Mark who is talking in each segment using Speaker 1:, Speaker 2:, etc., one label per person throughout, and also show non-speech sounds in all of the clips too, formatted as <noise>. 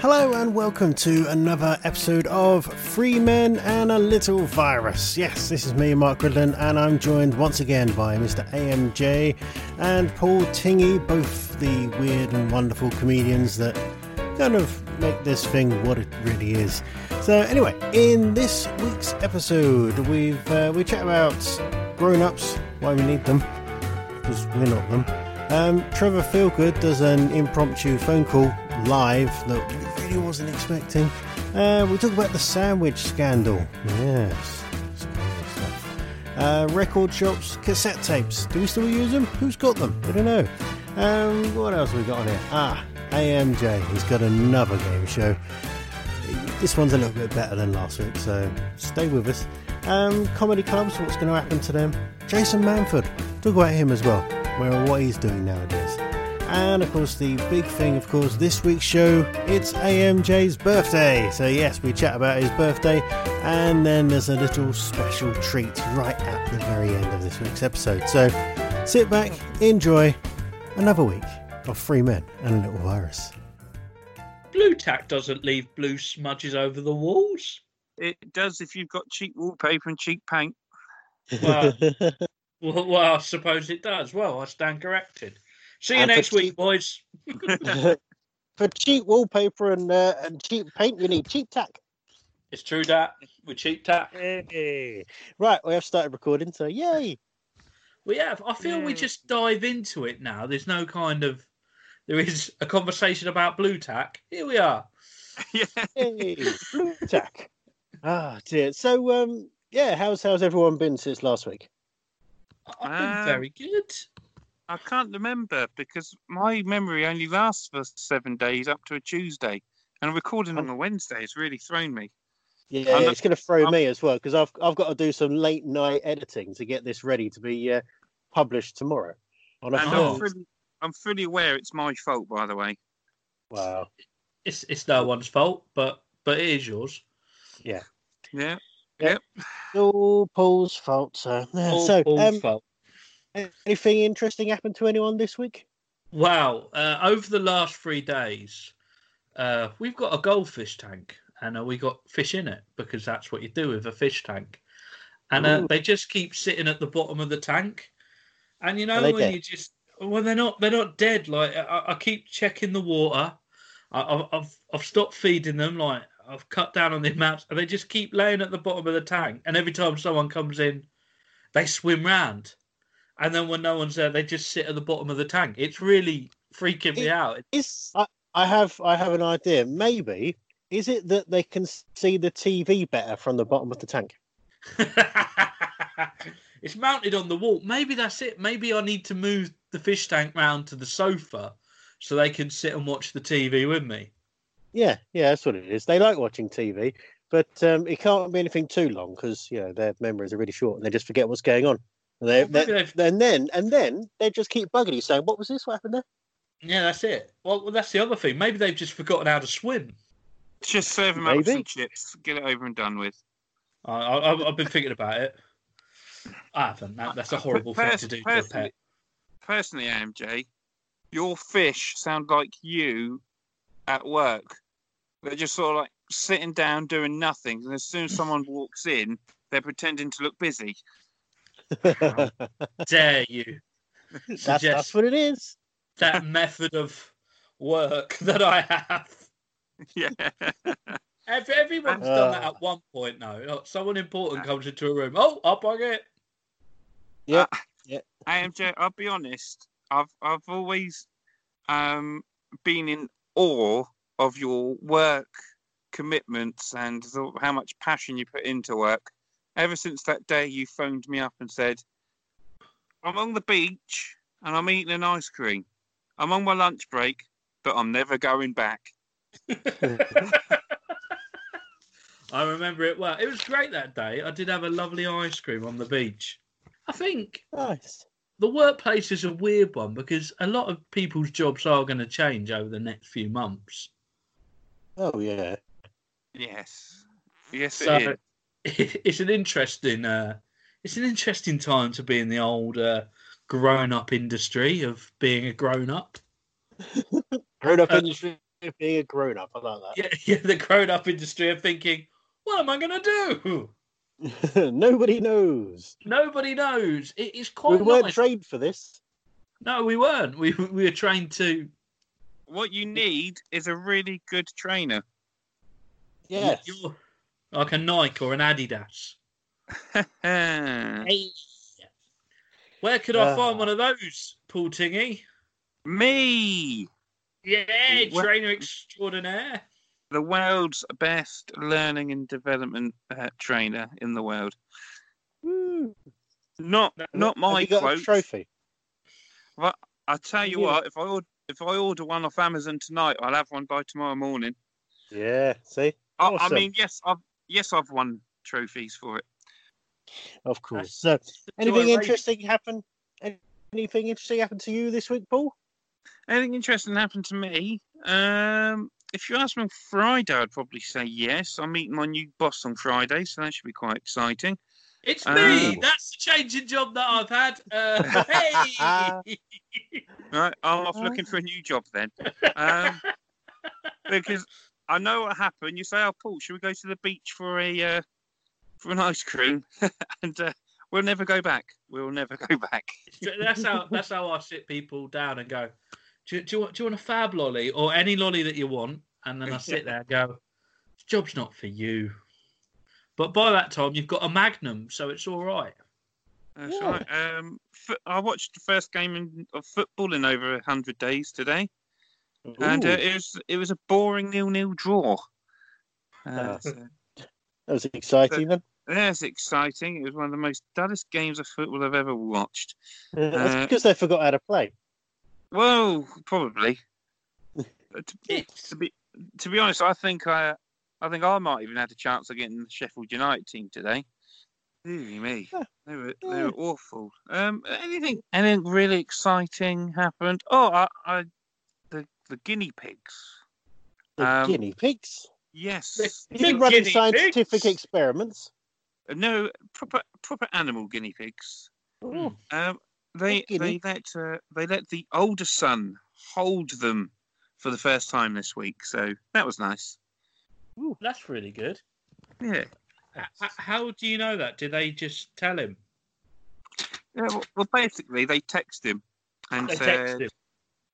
Speaker 1: Hello and welcome to another episode of Free Men and a Little Virus. Yes, this is me, Mark Gridlin, and I'm joined once again by Mr. AMJ and Paul Tingy, both the weird and wonderful comedians that kind of make this thing what it really is. So, anyway, in this week's episode, we've uh, we chat about grown-ups, why we need them, because we're not them. Um, Trevor Feelgood does an impromptu phone call live that we really wasn't expecting. Uh, we talk about the sandwich scandal. Yes. it's good stuff. Uh, record shops, cassette tapes. Do we still use them? Who's got them? I don't know. Um, what else have we got on here? Ah, AMJ. He's got another game show. This one's a little bit better than last week, so stay with us. Um, comedy clubs, what's going to happen to them? Jason Manford, talk about him as well, where what he's doing nowadays. And of course, the big thing, of course, this week's show, it's AMJ's birthday. So, yes, we chat about his birthday, and then there's a little special treat right at the very end of this week's episode. So, sit back, enjoy another week of Free Men and a Little Virus.
Speaker 2: Blue tack doesn't leave blue smudges over the walls.
Speaker 3: It does if you've got cheap wallpaper and cheap paint. <laughs>
Speaker 4: <laughs>
Speaker 2: Well, well, well, I suppose it does. Well, I stand corrected. See you
Speaker 4: And for
Speaker 2: next
Speaker 4: cheap-
Speaker 2: week, boys.
Speaker 4: For cheap wallpaper and uh, and cheap paint, we need cheap tack.
Speaker 2: It's true that we cheap tack.
Speaker 4: Hey. Right, we have started recording, so yay!
Speaker 2: We have. I feel we
Speaker 3: Yeah.
Speaker 2: just dive into it now. There's no kind of. There is a conversation about blue tack. Here we are.
Speaker 3: yeah.
Speaker 4: Yay! Blue tack. Ah dear. So um, yeah, how's how's everyone been since last week?
Speaker 2: I- I've been
Speaker 3: Um,
Speaker 2: very good.
Speaker 3: I can't remember because my memory only lasts for seven days up to a Tuesday. And recording on a Wednesday has really thrown me.
Speaker 4: Yeah,
Speaker 3: I'm not-
Speaker 4: it's going to throw
Speaker 3: I'm-
Speaker 4: me as well because I've I've got to do some late night editing to get this ready to be uh, published tomorrow. On a
Speaker 3: And
Speaker 2: Oh.
Speaker 3: I'm,
Speaker 4: Thursday.
Speaker 3: fully, I'm fully aware it's my fault, by the way.
Speaker 4: Wow.
Speaker 2: It's it's no one's fault, but but it is yours.
Speaker 3: Yeah.
Speaker 4: It's All Paul's fault. So,
Speaker 2: All,
Speaker 4: so
Speaker 2: all's
Speaker 4: um,
Speaker 2: fault.
Speaker 4: anything interesting happened to anyone this week?
Speaker 2: Wow. Uh, over the last three days, uh, we've got a goldfish tank and uh, we got fish in it because that's what you do with a fish tank. And uh,
Speaker 4: Ooh.
Speaker 2: they just keep sitting at the bottom of the tank. And you know,
Speaker 4: they
Speaker 2: when
Speaker 4: dead?
Speaker 2: you just, well, they're not, they're not dead. Like, I- I, I keep checking the water. I, I've, I've, I've stopped feeding them. Like, I've cut down on the amount and they just keep laying at the bottom of the tank. And every time someone comes in, they swim round. And then when no one's there, they just sit at the bottom of the tank. It's really freaking me
Speaker 4: It-
Speaker 2: out. <laughs>
Speaker 4: Is I, I have I have an idea. Maybe is it that they can see the TV better from the bottom of the tank?
Speaker 2: it's mounted on the wall. Maybe that's it. Maybe I need to move the fish tank round to the sofa so they can sit and watch the TV with me.
Speaker 4: Yeah, yeah, that's what it is. They like watching TV, but um, it can't be anything too long because you know their memories are really short and they just forget what's going on. And they,
Speaker 2: Well, maybe
Speaker 4: they-
Speaker 2: they've-
Speaker 4: and then and then they just keep bugging you saying, "What was this? What happened there?"
Speaker 2: Yeah, that's it. Well, well, that's the other thing. Maybe they've just forgotten how to swim.
Speaker 3: Just serve them up with
Speaker 4: Maybe.
Speaker 3: some chips, get it over and done with.
Speaker 2: I, I, I've- I've been thinking about it. I haven't. That, that's a horrible thing to
Speaker 3: Person-
Speaker 2: do to a
Speaker 3: personally,
Speaker 2: pet.
Speaker 3: personally, AMJ, your fish sound like you at work. They're just sort of like sitting down doing nothing, and as soon as someone walks in, they're pretending to look busy. <laughs>
Speaker 2: <laughs> Dare you
Speaker 4: <laughs> That's,
Speaker 2: suggest
Speaker 4: that's what it is.
Speaker 2: that method of work <laughs> that I have?
Speaker 3: Yeah,
Speaker 2: Ev- Everyone's done that
Speaker 4: Uh.
Speaker 2: at one point now. Like, Someone important comes into a room. Oh, I'll bug it.
Speaker 3: AMJ, I'll be honest. I've I've always um, been in awe of your work commitments and the, how much passion you put into work. Ever since that day you phoned me up and said, I'm on the beach and I'm eating an ice cream. I'm on my lunch break, but I'm never going back.
Speaker 2: I remember it well. It was great that day. I did have a lovely ice cream on the beach. I think
Speaker 4: Nice.
Speaker 2: the workplace is a weird one because a lot of people's jobs are going to change over the next few months.
Speaker 4: Oh yeah.
Speaker 3: Yes. Yes, it
Speaker 2: So-
Speaker 3: is.
Speaker 2: <laughs> It's an interesting, uh, it's an interesting time to be in the old uh, grown-up industry of being a grown-up. <laughs>
Speaker 4: Grown up
Speaker 2: Uh,
Speaker 4: industry being a grown up. I like that.
Speaker 2: Yeah, yeah, the grown-up industry of thinking, what am I going to
Speaker 4: <laughs>
Speaker 2: do?
Speaker 4: Nobody knows.
Speaker 2: Nobody knows. It is
Speaker 4: We
Speaker 2: quite.
Speaker 4: weren't
Speaker 2: nice.
Speaker 4: trained for this.
Speaker 2: no, we weren't. We we were trained to.
Speaker 3: What you need is a really good trainer.
Speaker 4: Yes.
Speaker 2: you're Like a Nike or an Adidas. Hey. Where could I
Speaker 4: Ah.
Speaker 2: find one of those, Paul Tingy?
Speaker 3: Me,
Speaker 2: Yeah,
Speaker 3: Wha-
Speaker 2: trainer extraordinaire.
Speaker 3: the world's best learning and development uh, trainer in the world.
Speaker 4: Woo.
Speaker 3: Not
Speaker 2: That-
Speaker 3: not
Speaker 4: Have
Speaker 3: my
Speaker 4: you got
Speaker 3: quote.
Speaker 4: a trophy.
Speaker 3: I tell you
Speaker 4: Yeah.
Speaker 3: what, if I order, if I order one off Amazon tonight, I'll have one by tomorrow morning.
Speaker 4: Yeah. See.
Speaker 3: I,
Speaker 4: Awesome.
Speaker 3: I mean, yes, I've yes, I've won trophies for it.
Speaker 4: Of course. So, anything interesting happen? Anything interesting happened to you this week, Paul?
Speaker 3: Anything interesting happened to me? Um, if you ask me on Friday, I'd probably say yes. I'm meeting my new boss on Friday, so that should be quite exciting.
Speaker 2: It's
Speaker 3: Ah.
Speaker 2: me. That's the changing job that I've had. <laughs> Uh, hey. <laughs>
Speaker 3: Right, I'm off
Speaker 4: Oh.
Speaker 3: looking for a new job then.
Speaker 4: <laughs>
Speaker 3: Um, because I know what happened. You say, "Oh, Paul, should we go to the beach for a uh, for an ice cream?" <laughs> and uh, we'll never go back. We'll never go back.
Speaker 2: that's how that's how I sit people down and go. Do you, do you want do you want a fab lolly or any lolly that you want? And then I sit there and go, "This job's not for you." But by that time, you've got a Magnum, so it's all right.
Speaker 3: That's
Speaker 4: Yeah.
Speaker 3: right. Um, fo- I watched the first game in, of football in over hundred days today, and uh,
Speaker 4: Ooh,
Speaker 3: it was it was a boring nil-nil draw. Uh,
Speaker 4: Ah.
Speaker 3: so-
Speaker 4: that was exciting then.
Speaker 3: that's exciting. It was one of the most dullest games of football I've ever watched.
Speaker 4: Uh, that's
Speaker 3: <laughs> uh,
Speaker 4: because they forgot how to play.
Speaker 3: Well,
Speaker 4: <laughs>
Speaker 3: probably. Uh, to, to be to be honest, I think I I think I might even had a chance of getting the Sheffield United team today. Really me.
Speaker 4: Yeah.
Speaker 3: They were they
Speaker 4: Yeah.
Speaker 3: were awful. Um anything anything really exciting happened. Oh I, I the the guinea pigs.
Speaker 4: The
Speaker 3: Um,
Speaker 4: guinea pigs.
Speaker 3: Yes.
Speaker 4: You
Speaker 2: the
Speaker 4: been running
Speaker 2: guinea
Speaker 4: scientific
Speaker 2: pigs?
Speaker 4: experiments.
Speaker 3: Uh, No proper proper animal guinea pigs.
Speaker 4: Ooh,
Speaker 3: Um, they
Speaker 4: guinea.
Speaker 3: they let uh, they let the older son hold them for the first time this week, so that was nice.
Speaker 2: That's really good.
Speaker 3: Yeah.
Speaker 2: H- h- How do you know that? Did they just tell him?
Speaker 3: Yeah, well, well, basically, they texted him and
Speaker 2: They
Speaker 3: said,
Speaker 2: texted him.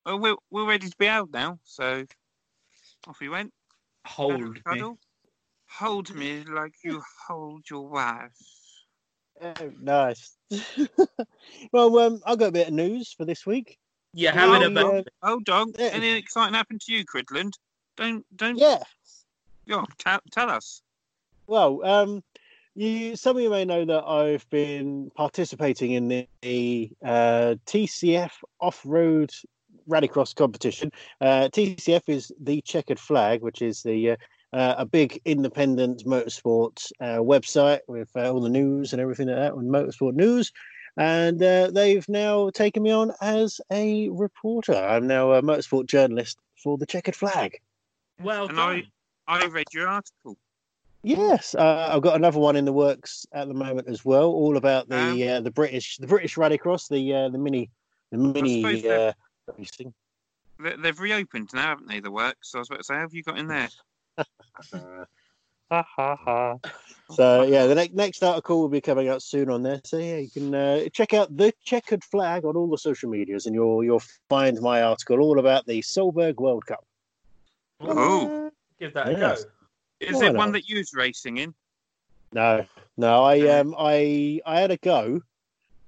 Speaker 3: "Well, we're, we're ready to be out now." So off he went. Had a
Speaker 2: Hold me.
Speaker 3: cuddle. Hold me like you hold your wife.
Speaker 4: Oh, nice. <laughs> well, um, I've got a bit of news for this week. Um,
Speaker 2: Yeah,
Speaker 4: Well,
Speaker 2: having a
Speaker 4: yeah.
Speaker 2: bath.
Speaker 3: Hold on.
Speaker 4: Yeah.
Speaker 3: Anything exciting happened to you, Cridland? Don't don't.
Speaker 4: uh, Yeah.
Speaker 3: Oh, tell, tell us.
Speaker 4: Well, um, you some of you may know that I've been participating in the, uh, TCF off-road rallycross competition. Uh, TCF is the Checkered Flag, which is the uh, uh, a big independent motorsport uh, website with uh, all the news and everything like that, with motorsport news. And uh, they've now taken me on as a reporter. I'm now a motorsport journalist for the Checkered Flag.
Speaker 2: Well
Speaker 3: And
Speaker 2: done.
Speaker 3: I I read your article.
Speaker 4: Yes, uh, I've got another one in the works at the moment as well, all about the
Speaker 3: Um,
Speaker 4: uh, the British the British Rallycross, the uh, the mini the
Speaker 3: suppose
Speaker 4: mini
Speaker 3: they're-
Speaker 4: uh, racing.
Speaker 3: They, they've reopened now, haven't they? The works. So I was about to say, how have you got in there? Ha ha ha.
Speaker 4: So yeah, the next next article will be coming out soon on there. So yeah, you can uh, check out the checkered flag on all the social medias, and you'll you'll find my article all about the Solberg World Cup.
Speaker 3: Oh.
Speaker 2: Give that a go.
Speaker 4: Yes.
Speaker 3: Is
Speaker 4: Why
Speaker 3: it one
Speaker 2: uh,
Speaker 4: not?
Speaker 3: that you was racing in?
Speaker 4: No, no, I um, I I had a go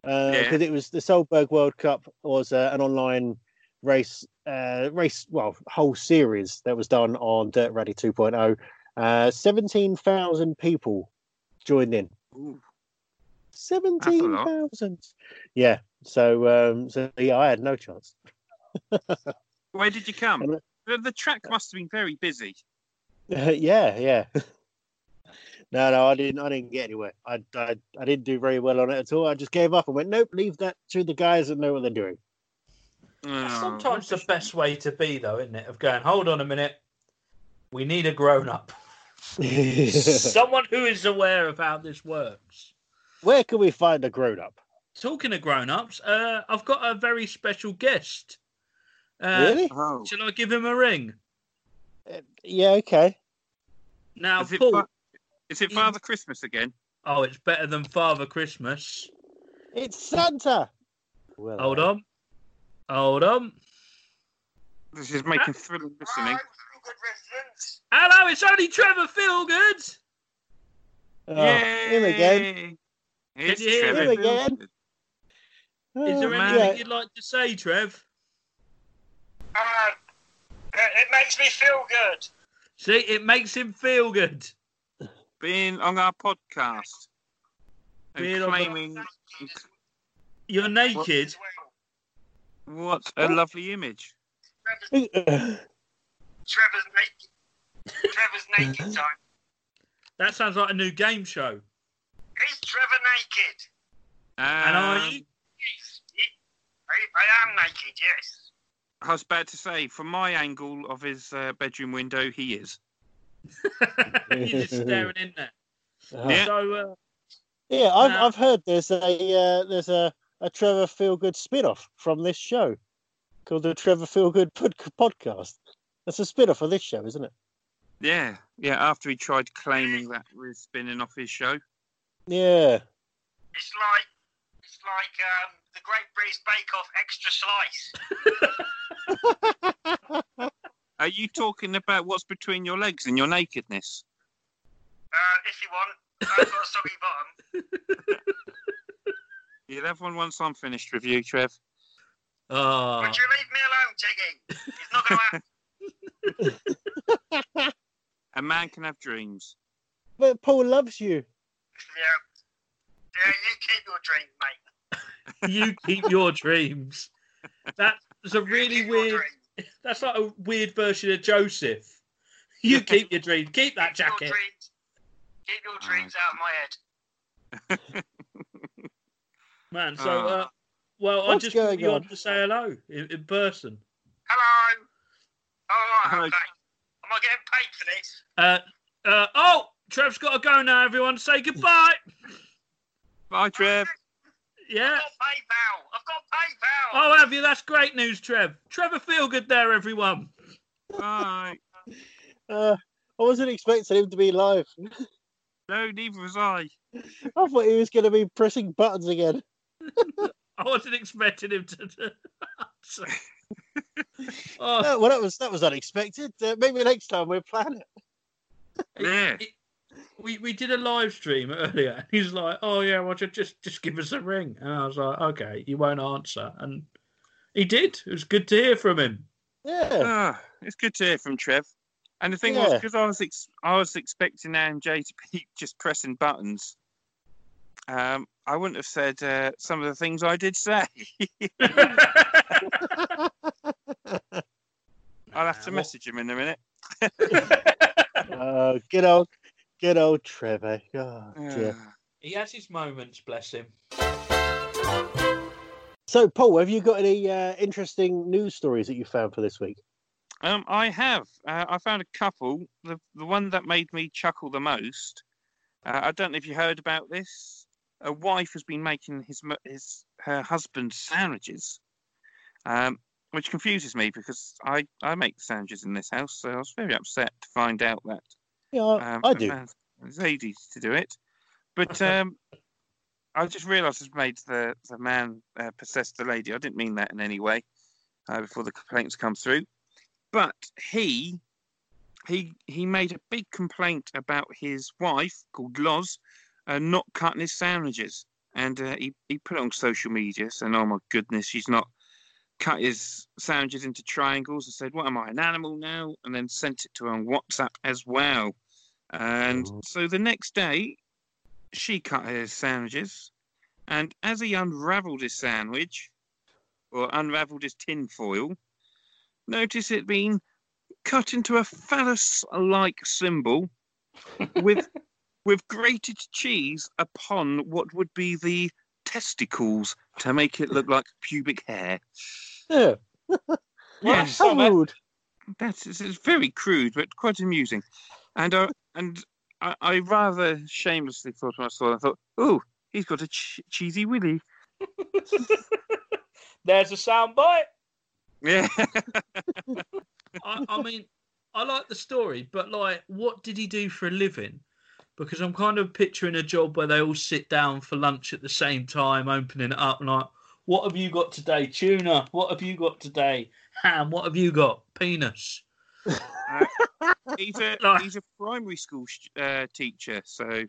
Speaker 3: Yeah.
Speaker 4: because it was the Solberg World Cup was uh, an online race, uh, race well whole series that was done on Dirt Rally 2.0. Uh, Seventeen thousand people joined in.
Speaker 3: Ooh.
Speaker 4: Seventeen thousand. Yeah. So um, so yeah, I had no chance.
Speaker 3: Where did you come?
Speaker 2: uh,
Speaker 4: And- <laughs>
Speaker 3: The, the track must have been very busy.
Speaker 4: yeah, yeah. No, no, I didn't. I didn't get anywhere. I, I, I didn't do very well on it at all. I just gave up and went, nope, leave that to the guys that know what they're
Speaker 2: <laughs>
Speaker 4: doing. <laughs>
Speaker 2: That's
Speaker 3: Oh,
Speaker 2: sometimes the best way to be, though, isn't it? Of going, hold on a minute, we need a
Speaker 4: <laughs>
Speaker 2: grown up, someone who is aware of how this works.
Speaker 4: Where can we find a grown up?
Speaker 2: Talking of grown ups, uh, I've got a very special guest. Uh,
Speaker 4: Really?
Speaker 3: Oh,
Speaker 2: Shall I give him a ring
Speaker 4: Uh, yeah. Okay.
Speaker 2: now,
Speaker 3: is it,
Speaker 2: Paul?
Speaker 3: fa- is it Father Christmas again?
Speaker 2: oh, it's better than Father Christmas.
Speaker 4: It's Santa. Well, uh,
Speaker 2: Hold on, hold on.
Speaker 3: This is
Speaker 2: <laughs>
Speaker 3: making thrilling listening.
Speaker 2: Hello, it's only Trevor Feelgood.
Speaker 4: Oh,
Speaker 3: Yeah,
Speaker 4: him again.
Speaker 3: It's
Speaker 2: Can you hear
Speaker 3: Trevor.
Speaker 4: him again?
Speaker 2: Is
Speaker 4: Oh,
Speaker 2: there
Speaker 3: man.
Speaker 2: anything
Speaker 4: yeah.
Speaker 2: you'd like to say, Trev?
Speaker 5: Uh, it makes me feel good.
Speaker 2: See, it makes him feel good.
Speaker 3: Being on our podcast and
Speaker 2: Being on the-
Speaker 3: claiming
Speaker 2: You're naked.
Speaker 3: what a lovely image.
Speaker 5: Trevor's, Trevor's naked. Trevor's naked time.
Speaker 2: That sounds like a new game show. <laughs>
Speaker 5: Is Trevor naked?
Speaker 2: And are
Speaker 3: Um,
Speaker 2: you?
Speaker 5: Yes. Ye- I, I am naked, yes.
Speaker 3: I was about to say, from my angle of his uh, bedroom window, he is.
Speaker 4: <laughs>
Speaker 2: You're just staring in there.
Speaker 4: Oh.
Speaker 3: Yeah.
Speaker 2: So, uh,
Speaker 4: Yeah, I've,
Speaker 2: Nah.
Speaker 4: I've heard there's a uh, there's a, a Trevor Feelgood spin-off from this show called the Trevor Feelgood Pod- Podcast. That's a spin-off of this show, isn't it?
Speaker 3: Yeah, yeah. After he tried claiming that we're spinning off his show,
Speaker 4: Yeah.
Speaker 5: It's like it's like um, the Great British Bake Off extra slice.
Speaker 3: are you talking about what's between your legs and your nakedness?
Speaker 5: Uh, if you want, I've got a soggy bottom.
Speaker 3: You'll have one once I'm finished with you, Trev.
Speaker 2: ah,
Speaker 5: Would you leave me alone, Tiggy? It's not going to happen.
Speaker 3: A man can have dreams.
Speaker 4: But Paul loves you.
Speaker 5: yeah. Yeah, you keep your
Speaker 2: you
Speaker 5: dream, mate.
Speaker 2: keep your dreams. That was a really
Speaker 5: Keep your
Speaker 2: weird.
Speaker 5: dream.
Speaker 2: That's like a weird version of Joseph.
Speaker 5: <laughs>
Speaker 2: You keep your dream. Keep that
Speaker 5: Keep your
Speaker 2: jacket.
Speaker 5: dreams- Keep your dreams out of my head.
Speaker 2: Man, so, uh, well, I
Speaker 4: What's
Speaker 2: just want
Speaker 4: going
Speaker 2: you on
Speaker 4: on?
Speaker 2: to say hello in, in person.
Speaker 5: Hello. Oh,
Speaker 3: Hello.
Speaker 5: okay. Am I getting paid for this?
Speaker 2: Uh, uh, oh, Trev's got to go now, everyone. Say
Speaker 5: <laughs>
Speaker 2: goodbye.
Speaker 3: Bye, Trev.
Speaker 2: Yeah.
Speaker 5: I've got PayPal. I've got PayPal.
Speaker 2: Oh, have you? That's great news, Trev. Trevor Feelgood there, everyone.
Speaker 3: Bye.
Speaker 4: Uh, I wasn't expecting him to be live.
Speaker 3: No, neither was I.
Speaker 4: I thought he was going to be pressing buttons again.
Speaker 2: <laughs> I wasn't expecting him to. to answer. oh,
Speaker 4: No, well, that was that was unexpected. Uh, maybe next time we'll plan it.
Speaker 3: Yeah.
Speaker 2: we, we did a live stream earlier, <laughs> and he's like, "Oh yeah, well ju- just just give us a ring," and I was like, "Okay, you won't answer," and he did. It was good to hear from him.
Speaker 4: Yeah.
Speaker 3: <laughs> Ah, it's good to hear from Trev. And the thing
Speaker 4: Yeah.
Speaker 3: was, because I was ex- I was expecting AMJ to be <laughs> just pressing buttons. Um, I wouldn't have said uh, some of the things I did say. <laughs> I'll have to
Speaker 2: Nah,
Speaker 3: message him in a minute.
Speaker 4: Uh, good old, good old Trevor. God, dear.
Speaker 3: Ah.
Speaker 2: <laughs> He has his moments, bless him.
Speaker 4: So, Paul, have you got any uh, interesting news stories that you found for this week?
Speaker 3: Um, I have. Uh, I found a couple. The the one that made me chuckle the most. Uh, I don't know if you heard about this. A wife has been making his mu- his her husband sandwiches, um, which confuses me because I I make sandwiches in this house, so I was very upset to find out that
Speaker 4: Yeah,
Speaker 3: um,
Speaker 4: I
Speaker 3: a
Speaker 4: do.
Speaker 3: man's- It's easy to do it, but um, I just realised it's made the the man uh, possess the lady. I didn't mean that in any way. Uh, before the complaints come through, but he he he made a big complaint about his wife called Loz uh, not cutting his sandwiches, and uh, he he put it on social media saying, "Oh my goodness, she's not." Cut his sandwiches into triangles and said, "What am I, an animal now?" And then sent it to her on WhatsApp as well. And
Speaker 4: Oh.
Speaker 3: so the next day, she cut his sandwiches. And as he unraveled his sandwich, or unraveled his tin foil, notice it being cut into a phallus like symbol with with grated cheese upon what would be the testicles to make it look like pubic hair.
Speaker 4: Yeah.
Speaker 3: Yeah,
Speaker 4: so <laughs> rude.
Speaker 3: That's it's, it's very crude, but quite amusing. And uh, and I, I rather shamelessly thought when I saw it, I thought, oh, he's got a ch- cheesy willy.
Speaker 6: There's a soundbite.
Speaker 3: Yeah.
Speaker 2: I, I mean, I like the story, but like, what did he do for a living? Because I'm kind of picturing a job where they all sit down for lunch at the same time, opening it up, and like, what have you got today? Tuna. What have you got today? Ham. What have you got? Penis.
Speaker 3: <laughs> he's a
Speaker 2: Like-
Speaker 3: he's a primary school sh- uh, teacher, so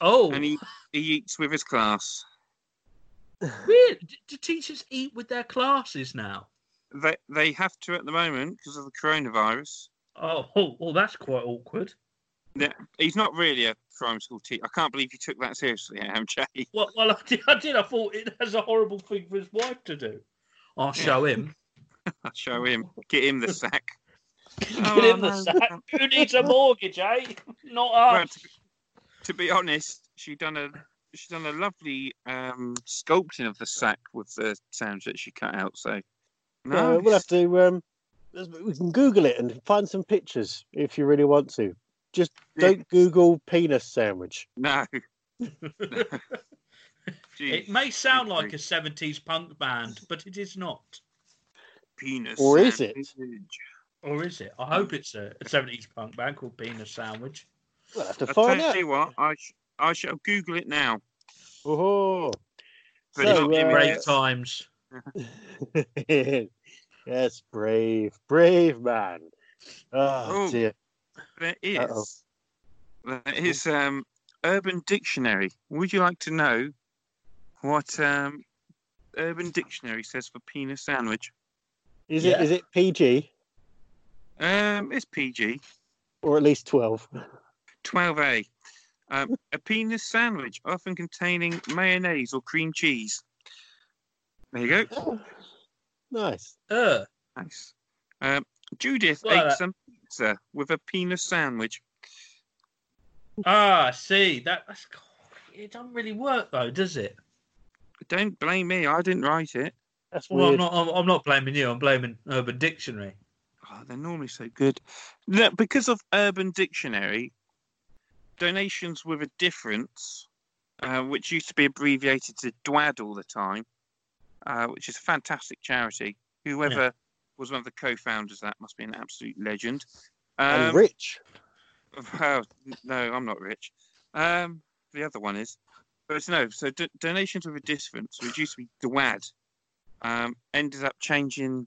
Speaker 2: Oh,
Speaker 3: and he, he eats with his class.
Speaker 2: weird. D- Do teachers eat with their classes now?
Speaker 3: They they have to at the moment because of the coronavirus.
Speaker 2: Oh, oh, oh, that's quite awkward.
Speaker 3: He's not really a primary school teacher. I can't believe you took that seriously, MJ.
Speaker 2: Well, well I, did, I did. I thought it was a horrible thing for his wife to do. I'll show
Speaker 3: <laughs>
Speaker 2: him.
Speaker 3: <laughs> I'll show him. Get him the sack.
Speaker 6: Get
Speaker 3: Oh,
Speaker 6: in the
Speaker 3: no.
Speaker 6: sack. Who needs a mortgage, eh?
Speaker 2: <laughs>
Speaker 6: Not
Speaker 2: Oh.
Speaker 3: Well,
Speaker 6: us.
Speaker 3: to, to be honest, she done a she done a lovely um, sculpting of the sack with the sounds that she cut out. So
Speaker 4: Yeah,
Speaker 3: no,
Speaker 4: we'll have to. Um, we can Google it and find some pictures if you really want to. Just don't Google penis sandwich.
Speaker 3: no. Gee,
Speaker 2: It may sound
Speaker 3: okay.
Speaker 2: like a 70s punk band, but it is not.
Speaker 3: penis.
Speaker 4: Or is
Speaker 3: sandwich.
Speaker 2: Or is it? I hope it's a, a 70s punk band called Penis Sandwich.
Speaker 4: We'll have to
Speaker 3: I
Speaker 4: find
Speaker 3: tell
Speaker 4: out.
Speaker 3: you what, I sh- I shall Google it now.
Speaker 4: Oh,
Speaker 3: But
Speaker 4: So,
Speaker 3: not in
Speaker 4: uh,
Speaker 2: Brave
Speaker 3: minutes.
Speaker 2: times.
Speaker 4: <laughs> yes, brave, brave man. Oh,
Speaker 3: Oh.
Speaker 4: dear.
Speaker 3: There
Speaker 4: Uh-oh.
Speaker 3: is. There is um, Urban Dictionary. Would you like to know what um, Urban Dictionary says for penis sandwich?
Speaker 4: Is
Speaker 2: Yeah.
Speaker 4: it is it PG
Speaker 3: Um, it's PG
Speaker 4: or at least twelve?
Speaker 3: 12A. Um, a penis sandwich, often containing mayonnaise or cream cheese. There you go.
Speaker 4: nice.
Speaker 2: Uh,
Speaker 3: Nice. Um, Judith
Speaker 2: Well,
Speaker 3: ate
Speaker 2: that-
Speaker 3: some pizza with a penis sandwich.
Speaker 2: ah, I see. That, that's, it doesn't really work, though, does it?
Speaker 3: Don't blame me. I didn't write it.
Speaker 4: That's
Speaker 2: Well, I'm
Speaker 4: weird.
Speaker 2: not, I'm, I'm not blaming you. I'm blaming Urban Dictionary.
Speaker 3: Oh, they're normally so good. No, because of Urban Dictionary, donations with a difference, uh, which used to be abbreviated to DWAD all the time, uh, which is a fantastic charity. Whoever was one of the co-founders, of that must be an absolute legend.
Speaker 4: And
Speaker 3: Um,
Speaker 4: rich.
Speaker 3: well, no, I'm not rich. Um, the other one is, but it's no. So d- donations with a difference, which used to be DWAD, um, ended up changing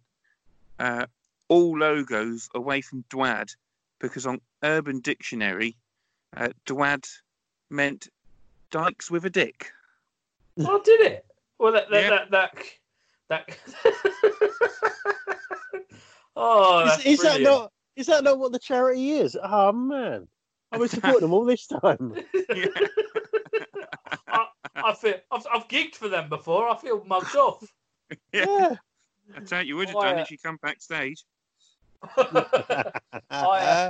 Speaker 3: uh, all logos away from DWAD because on Urban Dictionary, uh, DWAD meant dykes with a dick.
Speaker 6: Oh, did it? Well, that that
Speaker 3: Yeah.
Speaker 6: that that. <laughs> that... oh,
Speaker 4: Is,
Speaker 6: that's
Speaker 4: is that
Speaker 6: brilliant.
Speaker 4: not is that not what the charity is? Oh man, I've been
Speaker 3: <laughs>
Speaker 4: supporting them all this <laughs> time.
Speaker 6: I feel I've, I've gigged for them before. I feel mugged off.
Speaker 4: <laughs>
Speaker 3: Yeah.
Speaker 4: Yeah.
Speaker 3: That's how you would have
Speaker 6: Why,
Speaker 3: done
Speaker 6: uh,
Speaker 3: if you come backstage.
Speaker 6: I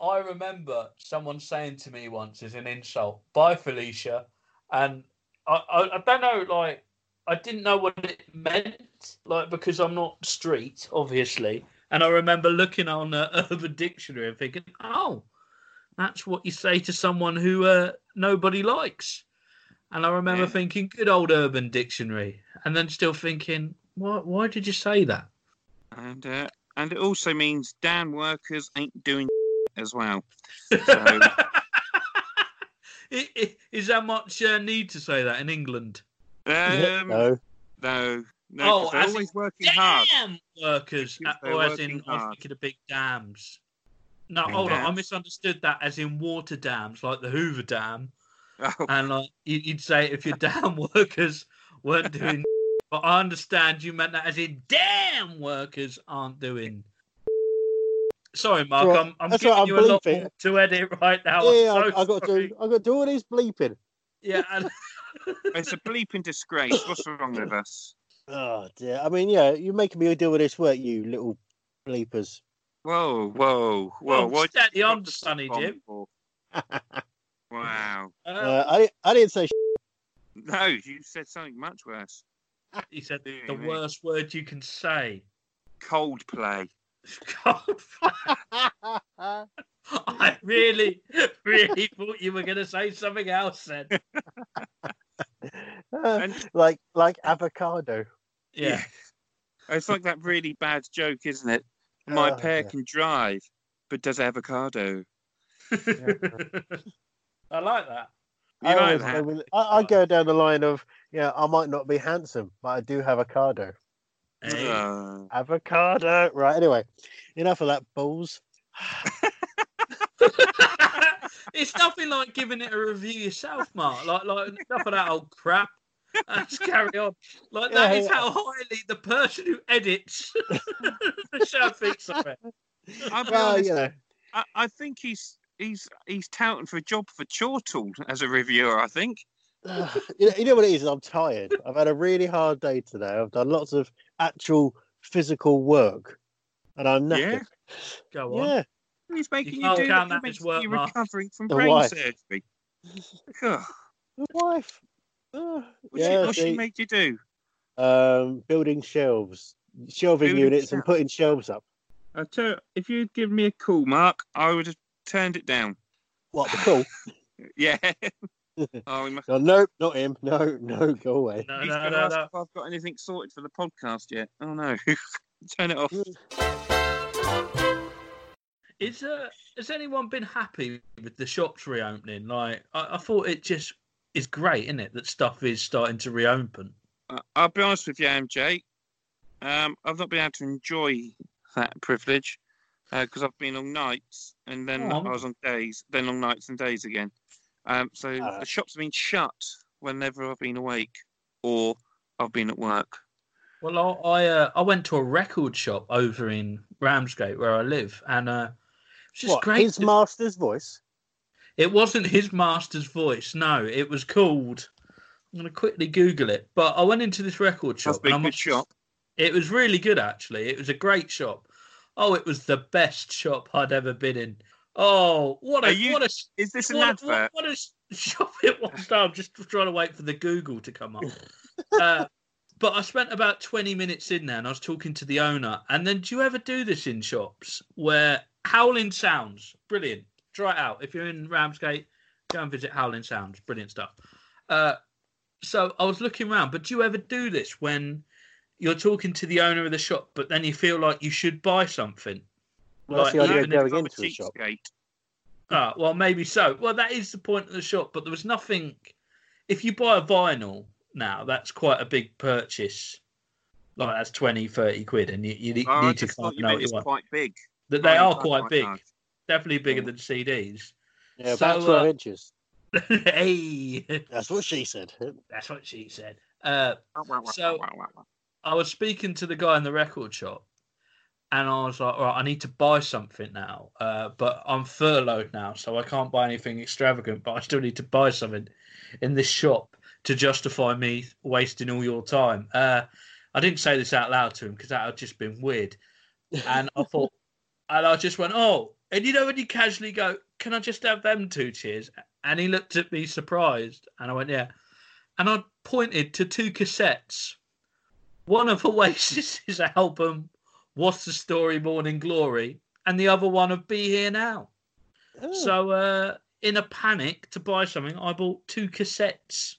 Speaker 6: uh, remember someone saying to me once as an insult, "Bye, Felicia," and I, I I don't know, like I didn't know what it meant, like because I'm not street, obviously.
Speaker 2: And I remember looking on uh, <laughs> Urban Dictionary and thinking, oh, that's what you say to someone who uh, nobody likes. And I remember
Speaker 3: Yeah.
Speaker 2: thinking, good old Urban Dictionary. And then still thinking, why, why did you say that?
Speaker 3: And uh, and it also means Dan workers ain't doing <laughs> as well.
Speaker 4: <laughs>
Speaker 3: So,
Speaker 2: I- i- Is there much uh, need to say that in England?
Speaker 4: Yeah,
Speaker 3: um,
Speaker 4: no.
Speaker 3: No, no,
Speaker 2: Oh,
Speaker 3: 'cause they're
Speaker 2: as in-
Speaker 3: always working
Speaker 2: Damn
Speaker 3: hard.
Speaker 2: workers,
Speaker 3: Because
Speaker 2: uh,
Speaker 3: they're
Speaker 2: or as
Speaker 3: working
Speaker 2: in I'm
Speaker 3: hard.
Speaker 2: thinking of big dams. No,
Speaker 3: Big
Speaker 2: hold on, I
Speaker 3: dams.
Speaker 2: misunderstood that as in water dams, like the Hoover Dam.
Speaker 3: Oh,
Speaker 2: And like you- you'd say if your <laughs> dam workers weren't doing, <laughs> but I understand you meant that as in damn workers aren't doing. Sorry, Mark,
Speaker 4: Right,
Speaker 2: I'm, I'm
Speaker 4: that's
Speaker 2: giving
Speaker 4: right, I'm
Speaker 2: you a lot
Speaker 4: bleeping.
Speaker 2: more to edit right now. I'm
Speaker 4: yeah,
Speaker 2: so
Speaker 4: I, I got
Speaker 2: sorry.
Speaker 4: to I got to do all these bleeping.
Speaker 2: Yeah,
Speaker 4: <laughs>
Speaker 2: and-
Speaker 3: it's a bleeping disgrace. What's wrong with us?
Speaker 4: Oh dear. I mean, yeah, you're making me deal with this work, you little bleepers.
Speaker 3: Whoa, whoa, whoa!
Speaker 2: Well,
Speaker 3: what
Speaker 2: steady
Speaker 3: you
Speaker 2: on,
Speaker 3: got the
Speaker 2: Sonny
Speaker 3: bomb
Speaker 2: Jim.
Speaker 3: for? Wow.
Speaker 4: Uh, I I didn't say.
Speaker 3: No, you said something much worse.
Speaker 2: he said
Speaker 3: Dear
Speaker 2: the
Speaker 3: me.
Speaker 2: worst word you can say. <laughs>
Speaker 3: Coldplay.
Speaker 2: I really, really thought you were going to say something else then.
Speaker 3: And-
Speaker 4: <laughs> like like avocado.
Speaker 2: Yeah.
Speaker 3: Oh, It's like that really bad joke, isn't it? My
Speaker 4: Oh,
Speaker 3: pair
Speaker 4: yeah.
Speaker 3: can drive, but does avocado.
Speaker 2: <laughs> I like that.
Speaker 3: You
Speaker 4: I,
Speaker 3: like
Speaker 4: always go
Speaker 3: that?
Speaker 4: with, I, I go down the line of yeah, I might not be handsome, but I do have avocado.
Speaker 2: Hey.
Speaker 3: Oh.
Speaker 4: Avocado. Right. Anyway, enough of that balls.
Speaker 2: <laughs> it's nothing like giving it a review yourself, Mark. Like, like enough of that old crap. Let's carry on. Like that
Speaker 4: Yeah,
Speaker 2: is
Speaker 4: yeah.
Speaker 2: how highly the person who edits <laughs> the show thinks of it.
Speaker 3: I'll be
Speaker 4: Well,
Speaker 3: honest,
Speaker 4: you know,
Speaker 3: I, I think he's he's he's touting for a job for Chortle as a reviewer. I think.
Speaker 4: <sighs> you know, you know what it is. I'm tired. I've had a really hard day today. I've done lots of actual physical work, and I'm knackered.
Speaker 2: Go on.
Speaker 4: Yeah.
Speaker 3: He's making you,
Speaker 2: can't
Speaker 3: do
Speaker 2: count
Speaker 3: Oh, that.
Speaker 2: that
Speaker 3: He
Speaker 2: as
Speaker 3: makes
Speaker 2: work,
Speaker 3: you
Speaker 2: Mark.
Speaker 3: recovering from
Speaker 4: The
Speaker 3: brain
Speaker 4: wife.
Speaker 3: <laughs> surgery. Ugh.
Speaker 4: The wife. <sighs> Oh,
Speaker 3: What's she, what's she
Speaker 4: see,
Speaker 3: made you do?
Speaker 4: um, building shelves, shelving
Speaker 3: Building
Speaker 4: units, and
Speaker 3: shelves.
Speaker 4: putting shelves up.
Speaker 3: I tell you, if you'd given me a call, Mark, I would have turned it down. <laughs>
Speaker 4: What the
Speaker 2: <sighs>
Speaker 4: cool? <laughs>
Speaker 3: Yeah. oh, he must,
Speaker 4: No, nope, not him. No, no, go away.
Speaker 2: No,
Speaker 3: he's
Speaker 2: no,
Speaker 3: going to
Speaker 2: no,
Speaker 3: ask
Speaker 2: no.
Speaker 3: if I've got anything sorted for the podcast yet. Oh no, <laughs> turn it off.
Speaker 2: Is uh, has anyone been happy with the shops reopening? Like, I, I thought it just is great, isn't it? That stuff is starting to reopen.
Speaker 3: I- Uh, I'll be honest with you, MJ. Um, I've not been able to enjoy that privilege because I've been on nights and then
Speaker 2: Oh.
Speaker 3: I was on days, then on nights and days again. Um, so
Speaker 4: Ah.
Speaker 2: Uh.
Speaker 3: the shops have been shut whenever I've been awake or I've been at work.
Speaker 2: Well, I I, uh, I went to a record shop over in Ramsgate where I live, and uh, it's just
Speaker 4: what,
Speaker 2: great.
Speaker 4: his
Speaker 2: to-
Speaker 4: master's voice?
Speaker 2: it wasn't his master's voice. No, it was called. I'm going to quickly Google it. But I went into this record shop.
Speaker 3: Must be a
Speaker 2: and I
Speaker 3: good shop.
Speaker 2: It was really good, actually. It was a great shop. Oh, it was the best shop I'd ever been in. Oh, what
Speaker 3: Are
Speaker 2: a
Speaker 3: you-
Speaker 2: what a
Speaker 3: Is this an
Speaker 2: what,
Speaker 3: advert?
Speaker 2: what, what a s- shop <laughs> it was. No, I'm just trying to wait for the Google to
Speaker 3: <laughs>
Speaker 2: come up. uh, but I spent about 20 minutes in there and I was talking to the owner. And then, do you ever do this in shops where Howling Sounds, brilliant. Try it out. If you're in Ramsgate, go and visit Howling Sounds, brilliant stuff. Uh, so I was looking around, but do you ever do this when you're talking to the owner of the shop, but then you feel like you should buy something?
Speaker 4: Well, that's
Speaker 2: Like,
Speaker 4: the idea
Speaker 2: even
Speaker 4: of
Speaker 2: if
Speaker 4: going
Speaker 3: I'm a
Speaker 4: into the shop.
Speaker 3: cheapskate.
Speaker 2: Ah, well, maybe so. Well, that is the point of the shop, but there was nothing. If you buy a vinyl now, that's quite a big purchase. Like that's 20, 30 quid, and you, you ne-
Speaker 3: Oh, I
Speaker 2: need to
Speaker 3: just
Speaker 2: kind
Speaker 3: thought
Speaker 2: of
Speaker 3: you
Speaker 2: know
Speaker 3: meant
Speaker 2: what you
Speaker 3: it's
Speaker 2: want.
Speaker 3: quite big.
Speaker 2: That they are
Speaker 3: Oh,
Speaker 2: quite big,
Speaker 3: large.
Speaker 2: definitely bigger than CDs.
Speaker 4: Yeah,
Speaker 2: So,
Speaker 4: about 12
Speaker 2: uh,
Speaker 4: inches.
Speaker 2: <laughs> hey,
Speaker 4: That's what she said.
Speaker 2: that's what she said. Uh,
Speaker 3: Oh, wow, wow,
Speaker 2: So-
Speaker 3: wow, wow, wow.
Speaker 2: I was speaking to the guy in the record shop, and I was like, "All right, I need to buy something now, uh, but I'm furloughed now, so I can't buy anything extravagant. But I still need to buy something in this shop to justify me wasting all your time." Uh, I didn't say this out loud to him because that had just been weird, and I thought, and I just went, "Oh," and you know when you casually go, "Can I just have them two cheers?" And he looked at me surprised, and I went, "Yeah," and I pointed to two cassettes one of <laughs> Oasis's album, What's the Story Morning Glory, and the other one of Be Here Now.
Speaker 4: Oh,
Speaker 2: So, uh, in a panic to buy something, I bought two cassettes.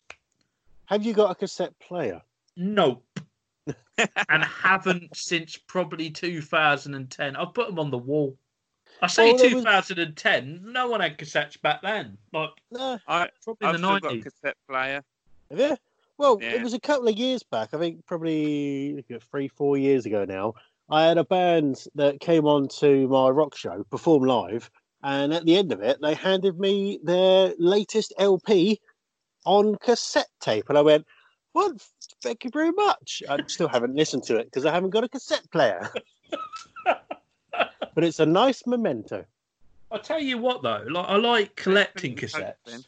Speaker 4: Have you got a cassette player?
Speaker 3: <laughs>
Speaker 2: Nope. and haven't since probably 2010. I've put them on the wall. I say
Speaker 4: Well, there was-
Speaker 2: 2010, no one had cassettes back then. Like,
Speaker 4: No.
Speaker 3: I,
Speaker 2: probably
Speaker 3: I've
Speaker 2: in the
Speaker 3: still got a
Speaker 2: 90s.
Speaker 3: cassette player.
Speaker 4: Have you? Well, it
Speaker 3: Yeah.
Speaker 4: was a couple of years back. I think probably look at three, four years ago now. I had a band that came on to my rock show, perform live, and at the end of it, they handed me their latest LP on cassette tape, and I went, "Well, thank you very much." I still haven't listened to it because I haven't got a cassette player. but it's a nice memento.
Speaker 2: I'll tell you what, though, like, I like collecting
Speaker 3: couldn't cope then.
Speaker 2: cassettes.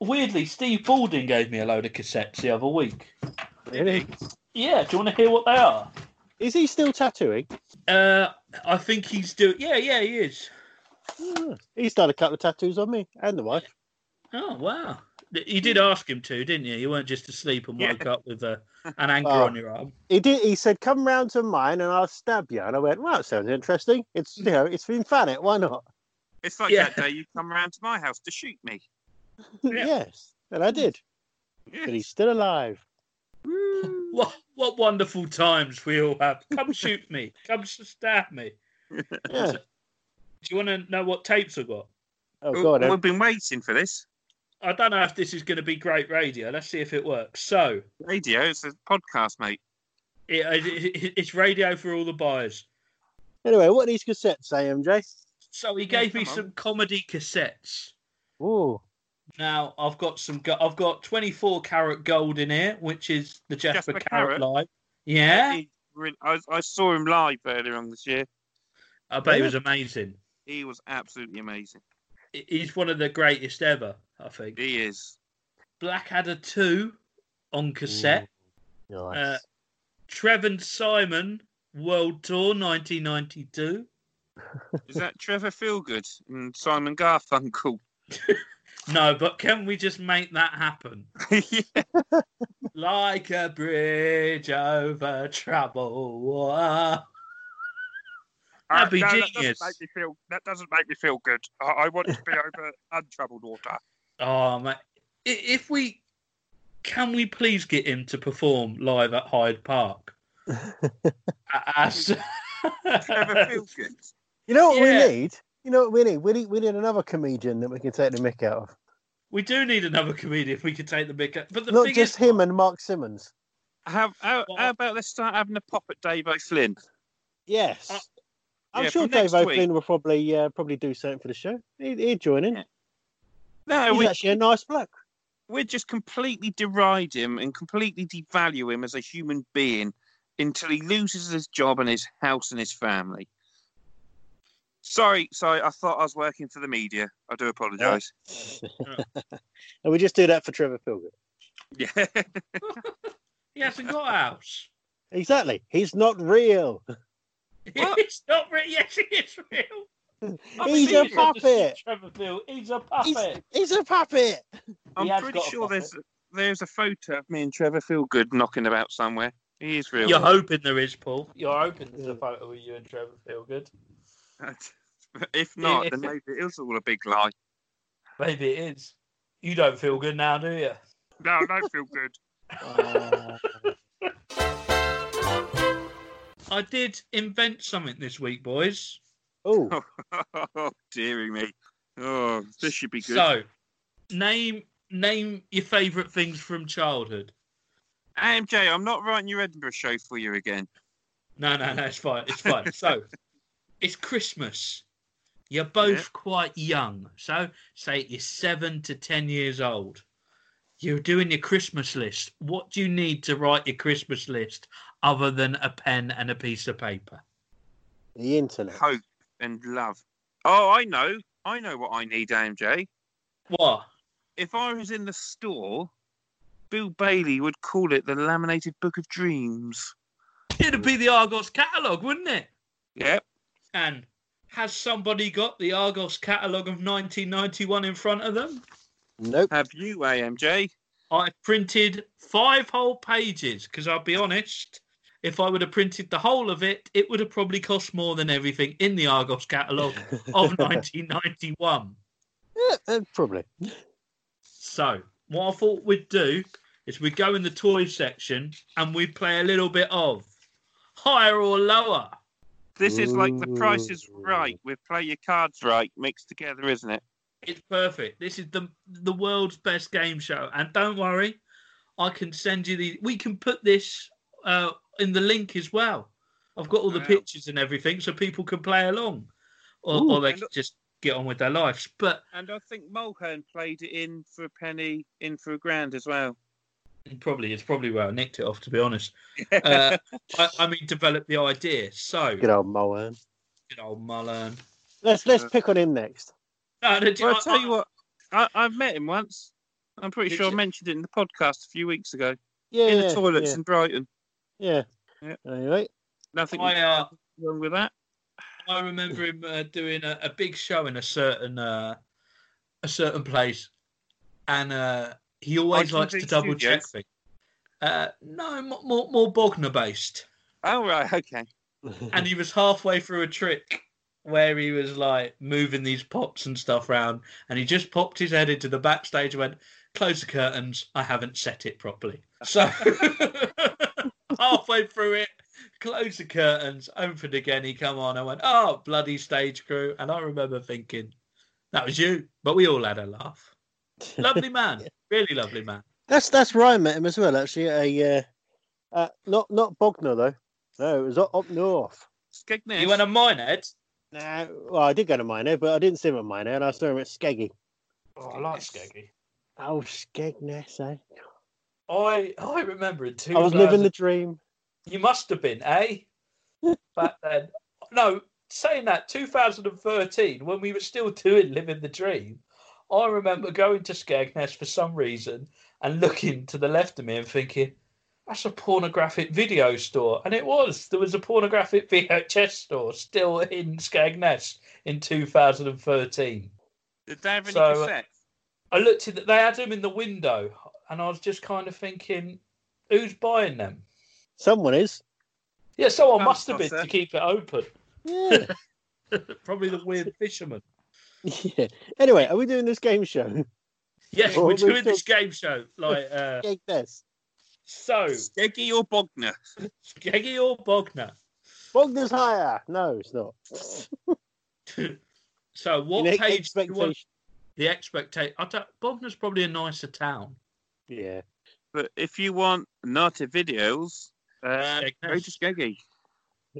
Speaker 2: Weirdly, Steve Balding gave me a load of cassettes the other week.
Speaker 4: Really?
Speaker 2: Yeah, do you want to hear what they are?
Speaker 4: Is he still tattooing?
Speaker 2: Uh, I think he's doing. Yeah, yeah, he is.
Speaker 4: Yeah. He's done a couple of tattoos on me and the wife.
Speaker 2: Oh wow! You
Speaker 3: Hmm.
Speaker 2: did ask him to, didn't you? You weren't just asleep and woke up with a,
Speaker 3: <laughs>
Speaker 2: an anchor
Speaker 3: Oh.
Speaker 4: Well,
Speaker 2: on your arm.
Speaker 4: He did. He said, "Come round to mine, and I'll stab you." And I went, "Well, that sounds interesting. It's you know, it's been Fanet. Why not?" <laughs>
Speaker 3: It's like
Speaker 2: Yeah.
Speaker 3: that day you come round to my house to shoot me.
Speaker 2: Yeah.
Speaker 4: yes, and I did.
Speaker 3: Yeah.
Speaker 4: But he's still alive.
Speaker 3: Oh,
Speaker 2: What what wonderful times we all have!
Speaker 3: <laughs>
Speaker 2: Come shoot me! Come s- stab me!
Speaker 4: Yeah.
Speaker 2: Do you want to know what tapes I got?
Speaker 4: Oh
Speaker 3: We-
Speaker 4: god.
Speaker 3: We've been waiting for this.
Speaker 2: I don't know if this is going to be great radio. Let's see if it works. So
Speaker 3: Radio, it's a podcast, mate.
Speaker 2: it, it, it's radio for all the buyers.
Speaker 4: Anyway, what are these cassettes say, MJ?
Speaker 2: So he
Speaker 3: Yeah,
Speaker 2: gave me
Speaker 3: come on.
Speaker 2: some comedy cassettes.
Speaker 4: Ooh.
Speaker 2: Now I've got some. Go- I've got 24 karat gold in here, which is the Jasper,
Speaker 3: Jasper
Speaker 2: Carrot
Speaker 3: Carrot?
Speaker 2: live. Yeah,
Speaker 3: He really- I, I saw him live earlier on this year.
Speaker 2: I bet he was amazing.
Speaker 3: He was absolutely amazing.
Speaker 2: He- He's one of the greatest ever, I think.
Speaker 3: He is.
Speaker 2: Blackadder 2 on cassette.
Speaker 4: Mm, Nice.
Speaker 2: Uh, Trevor Simon World Tour 1992.
Speaker 3: Is that Trevor Feelgood and Simon Garfunkel? <laughs>
Speaker 2: No, but can we just make that happen? <laughs>
Speaker 3: yeah.
Speaker 2: like a bridge over troubled water. That'd be
Speaker 3: no, That
Speaker 2: genius.
Speaker 3: doesn't, make me feel, that doesn't make me feel good. I, I want it to <laughs> be over untroubled water.
Speaker 2: Oh mate, I- if we can we please get him to perform live at Hyde Park? As-
Speaker 3: <laughs> Trevor Feelgood.
Speaker 4: you know what
Speaker 2: yeah.
Speaker 4: we need? You know what we need? We need we need another comedian that we can take the mick out of.
Speaker 2: <laughs> we do need another comedian if we could take the big. But the
Speaker 4: Not
Speaker 2: thing
Speaker 4: just
Speaker 2: is,
Speaker 4: him and Mark Simmons.
Speaker 3: How, how,
Speaker 2: Well, I-
Speaker 3: how about let's start having a pop at Dave O'Flynn?
Speaker 4: Yes.
Speaker 2: Uh,
Speaker 4: I'm
Speaker 3: yeah,
Speaker 4: sure
Speaker 3: from
Speaker 4: Dave
Speaker 3: next week.
Speaker 4: O'Flynn will probably uh, probably do something for the show. He'd, he'd join in.
Speaker 3: Yeah. No,
Speaker 4: He's
Speaker 3: we,
Speaker 4: actually a nice bloke.
Speaker 3: we'd just completely deride him and completely devalue him as a human being until he loses his job and his house and his family. Sorry, sorry, I thought I was working for the media. I do apologise.
Speaker 4: <laughs> And we just do that for Trevor Pilgrim.
Speaker 3: Yeah.
Speaker 2: he hasn't got a
Speaker 6: <laughs>
Speaker 2: house.
Speaker 4: Exactly. He's not real.
Speaker 2: <laughs>
Speaker 3: What?
Speaker 2: It's not real. Yes, it is real.
Speaker 4: he's
Speaker 3: seen
Speaker 4: a
Speaker 3: it.
Speaker 4: puppet.
Speaker 6: Trevor Field, he's a
Speaker 4: He's,
Speaker 6: puppet.
Speaker 4: he's a puppet.
Speaker 3: <laughs> I'm
Speaker 6: has
Speaker 3: pretty
Speaker 6: got a
Speaker 3: sure there's
Speaker 6: prophet.
Speaker 3: there's a photo of me and Trevor Feelgood knocking about somewhere. He is real.
Speaker 2: You're hoping there is, Paul.
Speaker 6: You're open to a photo of you and Trevor Feelgood.
Speaker 3: <laughs> if not,
Speaker 6: If
Speaker 3: then
Speaker 6: it-
Speaker 3: maybe it is all a big lie.
Speaker 6: Maybe it is. You don't feel good now, do you?
Speaker 3: No, I don't feel good.
Speaker 4: Uh,
Speaker 2: I did invent something this week, boys.
Speaker 4: oh,
Speaker 3: <laughs> oh, dearie me. Oh, this should be good.
Speaker 2: So, name name your favourite things from childhood.
Speaker 3: AMJ, I'm not writing your Edinburgh show for you again.
Speaker 2: No, no, no, it's fine. It's fine.
Speaker 3: <laughs>
Speaker 2: so, it's Christmas. You're both
Speaker 3: Yeah.
Speaker 2: quite young. So, say you're seven to 10 years old. You're doing your Christmas list. What do you need to write your Christmas list other than a pen and a piece of paper?
Speaker 4: the internet.
Speaker 3: Hope and love. Oh, I know. I know what I need, AMJ.
Speaker 2: What?
Speaker 3: If I was in the store, Bill Bailey would call it the Laminated Book of Dreams.
Speaker 2: It'd be the Argos catalogue, wouldn't it?
Speaker 3: Yep.
Speaker 2: And has somebody got the Argos catalogue of 1991 in front of them?
Speaker 4: Nope.
Speaker 3: Have you, AMJ?
Speaker 2: I printed five whole pages because I'll be honest, if I would have printed the whole of it, it would have probably cost more than everything in the Argos catalogue of 1991.
Speaker 4: Yeah, uh, probably.
Speaker 2: So, what I thought we'd do is we'd go in the toy section and we'd play a little bit of higher or lower.
Speaker 3: This is like the price is
Speaker 4: Ooh.
Speaker 3: right with play your cards right mixed together, isn't it?
Speaker 2: It's perfect. This is the the world's best game show. And don't worry, I can send you the. We can put this uh, in the link as well. I've got all the
Speaker 3: Wow.
Speaker 2: pictures and everything, so people can play along, or,
Speaker 4: Ooh.
Speaker 2: or they
Speaker 3: And-
Speaker 2: can just get on with their lives. But
Speaker 3: And I think Mulhern played it in for a penny, in for a grand as <laughs> well.
Speaker 2: probably it's probably where I nicked it off. To be
Speaker 3: <laughs>
Speaker 2: honest, uh, I, I mean, developed the idea. So
Speaker 4: Good old Moan.
Speaker 2: good old Mullen.
Speaker 4: Let's let's
Speaker 3: Uh,
Speaker 4: pick on him next.
Speaker 2: No, no, do-
Speaker 3: well,
Speaker 2: I-
Speaker 3: I'll tell
Speaker 2: I-
Speaker 3: you what, I, I've met him once. I'm pretty
Speaker 2: Did
Speaker 3: sure
Speaker 2: you?
Speaker 3: I mentioned it in the podcast a few weeks ago.
Speaker 4: Yeah,
Speaker 3: in
Speaker 4: yeah,
Speaker 3: the toilets in Brighton.
Speaker 4: Yeah. yeah.
Speaker 3: Yeah.
Speaker 4: Anyway,
Speaker 3: Nothing
Speaker 2: I, uh,
Speaker 3: wrong with that.
Speaker 2: I remember him uh, doing a, a big show in a certain uh, a certain place, and uh, he always
Speaker 3: ITV
Speaker 2: likes to double check
Speaker 3: Studios?
Speaker 2: things. Uh, no, mo- more more Bogner based.
Speaker 3: Oh right, okay.
Speaker 2: and he was halfway through a trick where he was like moving these pots and stuff round, and he just popped his head into the backstage and went, "Close the curtains. I haven't set it properly." So <laughs> halfway through it, close the curtains, opened again. He come on. I went, "Oh bloody stage crew!" And I remember thinking, "That was you," but we all had
Speaker 4: <laughs>
Speaker 2: a laugh. Lovely man, really lovely man.
Speaker 4: <laughs> That's that's where I met him as well. Actually, at a uh, uh, not not Bognor though. No, it was up, up north.
Speaker 3: Skegness.
Speaker 2: You went a minehead.
Speaker 4: Nah, well, I did go to Minor, but I didn't see him at Minor, and I saw him at Skeggy.
Speaker 6: Oh, I like Skeggy.
Speaker 4: Oh, Skegness, eh?
Speaker 6: I I remember in two.
Speaker 4: I was living the dream.
Speaker 6: You must have been, eh? Back then. No, saying that, 2013, when we were still doing Living the Dream, I remember going to Skegness for some reason and looking to the left of me and thinking, that's a pornographic video store. And it was. There was a pornographic <laughs> VHS store still in Skegness in 2013.
Speaker 3: Did they have any
Speaker 6: So, uh,
Speaker 3: cassette?
Speaker 6: I looked at They had them in the window and I was just kind of thinking, who's buying them?
Speaker 4: Someone is.
Speaker 6: Yeah, someone
Speaker 3: Sounds
Speaker 6: must have been
Speaker 3: awesome.
Speaker 6: to keep it open.
Speaker 4: Yeah.
Speaker 2: Probably the weird fisherman.
Speaker 4: <laughs> yeah. Anyway, are we doing this game show? <laughs>
Speaker 2: Yes,
Speaker 4: Well,
Speaker 2: we're
Speaker 4: we're
Speaker 2: doing
Speaker 4: still-
Speaker 2: this game show. Like uh,
Speaker 4: Skegness.
Speaker 2: so,
Speaker 3: Skeggy or Bognor?
Speaker 2: Skeggy or Bogner.
Speaker 4: Bognor's higher. No, it's not.
Speaker 2: So what
Speaker 4: In
Speaker 2: page do you want
Speaker 4: expectation-
Speaker 2: the expectation? I don't, Bognar's probably a nicer town. <laughs>
Speaker 4: Yeah.
Speaker 3: But if you want naughty videos, uh, go to Skeggy.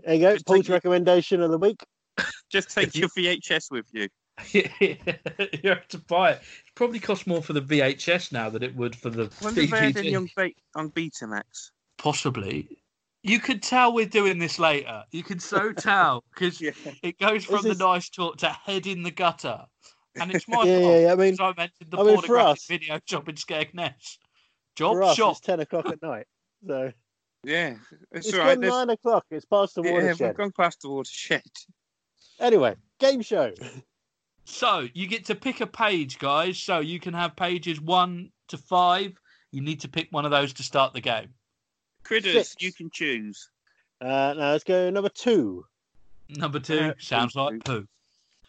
Speaker 4: There you go.
Speaker 3: Just
Speaker 4: Paul's
Speaker 3: take it-
Speaker 4: recommendation of the week.
Speaker 3: Just take your VHS with
Speaker 4: <laughs>
Speaker 3: you.
Speaker 2: you have to buy it. It probably costs more for the VHS now than it would for the
Speaker 3: Wonder if they had any
Speaker 2: DVD.
Speaker 3: on, Be- on Betamax.
Speaker 2: Possibly. You could tell we're doing this later. You can <laughs> so tell because
Speaker 3: Yeah.
Speaker 2: it goes from
Speaker 4: is-
Speaker 2: the nice talk to head in the gutter, and it's my
Speaker 4: Yeah,
Speaker 2: fault
Speaker 4: yeah, yeah. I mean,
Speaker 2: 'cause I mentioned the
Speaker 4: I mean, for
Speaker 2: pornographic
Speaker 4: us-
Speaker 2: video shop in Skegness.
Speaker 4: for
Speaker 2: Job
Speaker 4: us,
Speaker 2: shop.
Speaker 4: it's 10 o'clock at night. So
Speaker 3: Yeah, it's,
Speaker 4: it's
Speaker 3: all right.
Speaker 4: gone
Speaker 3: There's-
Speaker 4: 9 o'clock. It's past the
Speaker 3: Yeah,
Speaker 4: watershed.
Speaker 3: we've gone past the watershed.
Speaker 4: Anyway, game show.
Speaker 2: So you get to pick a page, guys. So you can have pages one to five. You need to pick one of those to start the game.
Speaker 3: Critters,
Speaker 4: Six.
Speaker 3: you can choose.
Speaker 4: Uh, now let's go number two.
Speaker 2: Number two
Speaker 3: Uh,
Speaker 2: sounds like poo.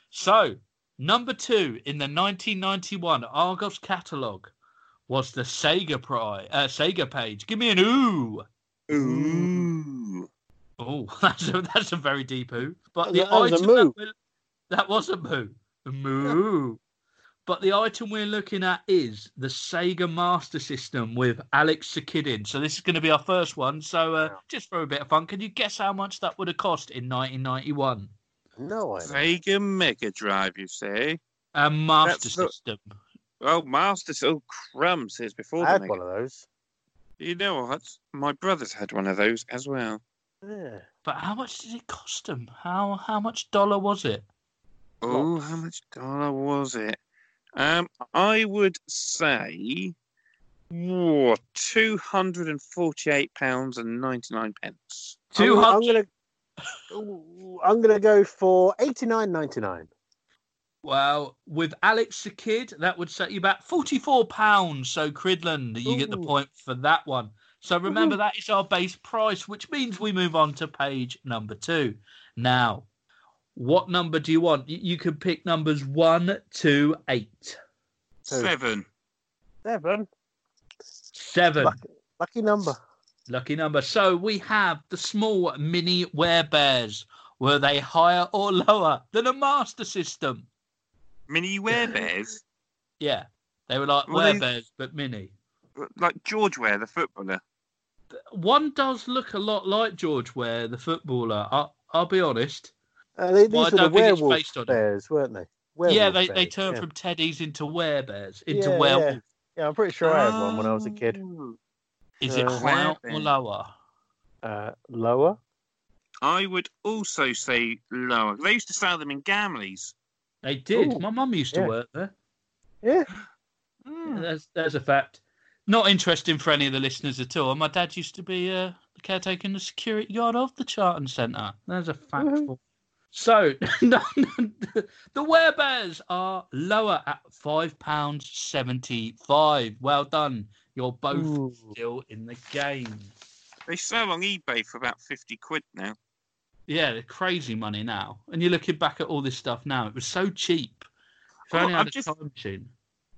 Speaker 2: So number two in the 1991 Argos catalog was the Sega pri- uh, Sega page. Give me an ooh.
Speaker 3: Ooh.
Speaker 2: Oh, <laughs> that's a, that's a very deep ooh. But the
Speaker 4: That was a
Speaker 2: item
Speaker 4: moo.
Speaker 2: that, we're- that was a moo. A Moo. but the item we're looking at is the Sega Master System with Alex Sakidin. So this is going to be our first one. So uh, just for a bit of fun, can you guess how much that would have cost in 1991?
Speaker 4: No idea.
Speaker 3: Sega Mega Drive, you say?
Speaker 2: A Master
Speaker 3: That's the-
Speaker 2: System.
Speaker 3: Oh, Masters. Oh, crumbs. It's before
Speaker 4: I
Speaker 3: the
Speaker 4: had
Speaker 3: Mega.
Speaker 4: one of those.
Speaker 3: You know what? My brother's had one of those as well.
Speaker 4: Yeah.
Speaker 2: But how much did it cost them? How how much dollar was it?
Speaker 3: Oh, how much dollar was it? Um, I would say whoa, two hundred and forty-eight pounds and ninety-nine pence.
Speaker 4: I'm
Speaker 2: Two
Speaker 4: gonna- I'm
Speaker 2: hundred.
Speaker 4: gonna. Ooh, I'm gonna go for eighty nine ninety nine.
Speaker 2: Well, with Alex the Kid, that would set you back forty-four pounds. So Cridland, you get the
Speaker 4: Ooh.
Speaker 2: point for that one. So remember that is our base price, which means we move on to page number two. Now, what number do you want? You, you can pick numbers one, two, eight,
Speaker 4: Two.
Speaker 3: Seven.
Speaker 4: Seven.
Speaker 2: seven.
Speaker 4: Lucky, lucky number.
Speaker 2: Lucky number. So we have the small mini bears. Were they higher or lower than a master system?
Speaker 3: Mini werebears,
Speaker 2: Yeah, they were like
Speaker 3: Well, they-
Speaker 2: bears but mini.
Speaker 3: like George Ware, the footballer.
Speaker 2: One does look a lot like George Ware, the footballer. I, I'll be honest.
Speaker 4: Uh, they, these
Speaker 2: Well, I
Speaker 4: were the
Speaker 2: don't think it's
Speaker 4: werewolf
Speaker 2: based on it.
Speaker 4: bears, weren't they? Werewolf
Speaker 2: yeah, they, they
Speaker 4: bears,
Speaker 2: turn
Speaker 4: yeah.
Speaker 2: from teddies into bears, into
Speaker 4: Yeah,
Speaker 2: werewolf.
Speaker 4: Yeah. yeah, I'm pretty sure I had one when I was a kid.
Speaker 3: Oh.
Speaker 2: Is it
Speaker 4: Uh,
Speaker 2: higher or
Speaker 3: Werebear.
Speaker 2: lower?
Speaker 4: Uh, lower.
Speaker 3: I would also say lower. They used to sell them in Gamleys.
Speaker 2: They did.
Speaker 4: Ooh,
Speaker 2: My mum used to
Speaker 4: yeah.
Speaker 2: work there.
Speaker 4: Yeah.
Speaker 2: Yeah, that's, that's a fact. Not interesting for any of the listeners at all. My dad used to be uh, the caretaker and the security guard of the Charlton Centre. There's a fact.
Speaker 4: Mhm.
Speaker 2: for So <laughs> no, no, the Ware Bears are lower at five pounds seventy-five. Well done. You're both
Speaker 4: Ooh.
Speaker 2: still in the game.
Speaker 3: They sell on eBay for about 50 quid now.
Speaker 2: Yeah, they're crazy money now. And you're looking back at all this stuff now. It was so cheap. If I
Speaker 3: Well,
Speaker 2: only
Speaker 3: I'm
Speaker 2: had a
Speaker 3: just-
Speaker 2: time machine.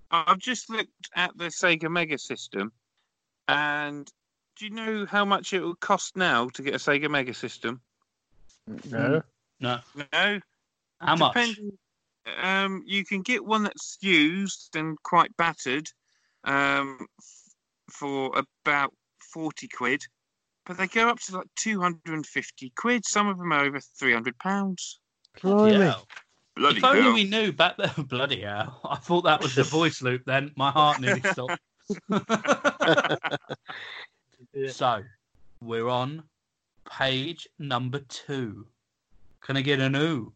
Speaker 3: I- I've just looked at the Sega Mega System, and do you know how much it would cost now to get a Sega Mega System?
Speaker 4: No.
Speaker 2: No.
Speaker 3: No,
Speaker 2: How much?
Speaker 3: Depending- Um, you can get one that's used and quite battered um, f- for about 40 quid, but they go up to like 250 quid. Some of them are over 300 pounds.
Speaker 2: Bloody
Speaker 4: Blimey.
Speaker 2: hell.
Speaker 3: Bloody
Speaker 2: if only
Speaker 3: hell.
Speaker 2: we knew back then. <laughs> Bloody hell. I thought that was the voice loop then. My heart
Speaker 3: <laughs>
Speaker 2: nearly stopped. so we're on page number two. Can I get an ooh?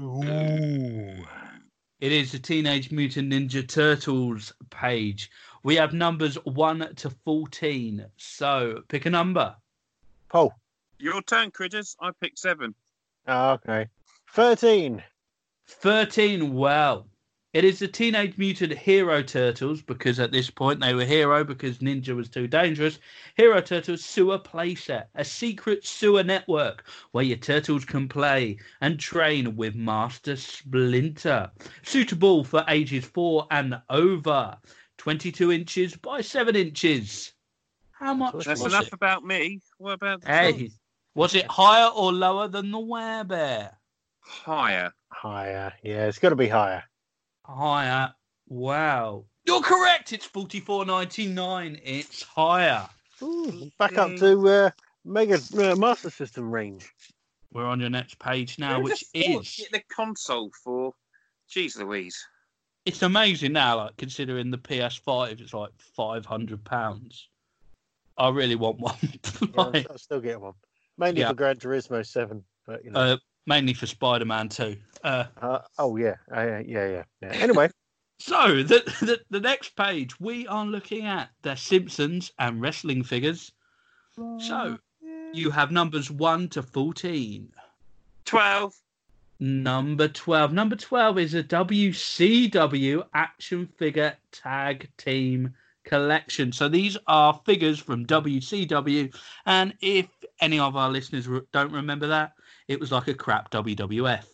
Speaker 3: Ooh.
Speaker 2: It is the Teenage Mutant Ninja Turtles page. We have numbers 1 to 14. So pick a number.
Speaker 4: Paul.
Speaker 3: Your turn, critters. I picked seven.
Speaker 4: Ah, okay. 13.
Speaker 2: 13. Well, it is the Teenage Mutant Hero Turtles because at this point they were hero because Ninja was too dangerous. Hero Turtles Sewer Playset, a secret sewer network where your turtles can play and train with Master Splinter. Suitable for ages four and over, 22 inches by 7 inches. How much
Speaker 3: That's
Speaker 2: was
Speaker 3: enough
Speaker 2: it?
Speaker 3: about me. What about the
Speaker 2: Hey,
Speaker 3: turn?
Speaker 2: was it higher or lower than the Werebear?
Speaker 3: higher?
Speaker 4: Higher. Yeah, it's got to be higher.
Speaker 2: Higher. Wow. You're correct. It's forty four ninety nine. It's higher.
Speaker 4: Ooh, back up to uh, Mega uh, Master System range.
Speaker 2: We're on your next page
Speaker 4: Uh,
Speaker 2: now,
Speaker 3: Who'd
Speaker 2: which
Speaker 3: have thought
Speaker 2: is
Speaker 3: to get the console for? Jeez Louise.
Speaker 2: it's amazing now. Like considering the PS five, it's like five hundred pounds. I really want one, <laughs>
Speaker 4: Yeah, I'll-
Speaker 2: Like,
Speaker 4: I'll still get one. Mainly
Speaker 2: Yeah.
Speaker 4: for Gran Turismo 7. But, you know.
Speaker 2: uh, mainly for Spider Man Two. Uh,
Speaker 4: Uh, oh, yeah. I, yeah, yeah, yeah. Anyway, <laughs>
Speaker 2: so the, the the next page we are looking at the Simpsons and wrestling figures. So you have numbers one to fourteen.
Speaker 3: 12.
Speaker 2: Number 12. Number 12 is a WCW action figure tag team collection. So these are figures from WCW. And if any of our listeners re- don't remember that, it was like a crap WWF.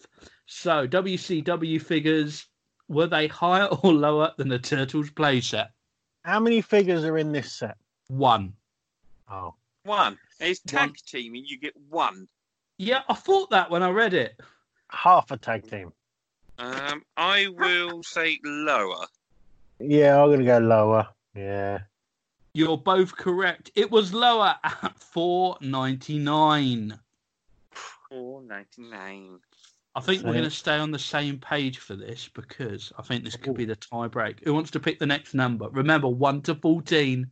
Speaker 2: So WCW figures, were they higher <laughs> or lower than the Turtles playset?
Speaker 4: how many figures are in this set?
Speaker 2: One.
Speaker 4: Oh,
Speaker 3: One. It's tag
Speaker 2: One.
Speaker 3: teaming. You get one.
Speaker 2: Yeah, I thought that when I read it.
Speaker 4: half a tag team.
Speaker 3: Um,
Speaker 4: <laughs>
Speaker 3: I will say lower.
Speaker 4: Yeah, I'm going to go lower. Yeah.
Speaker 2: You're both correct. It was lower at 499.
Speaker 3: Four ninety nine.
Speaker 2: I think we're
Speaker 4: Okay.
Speaker 2: going to stay on the same page for this because I think this could be the tie break. Who wants to pick the next number? Remember, 1 to 14.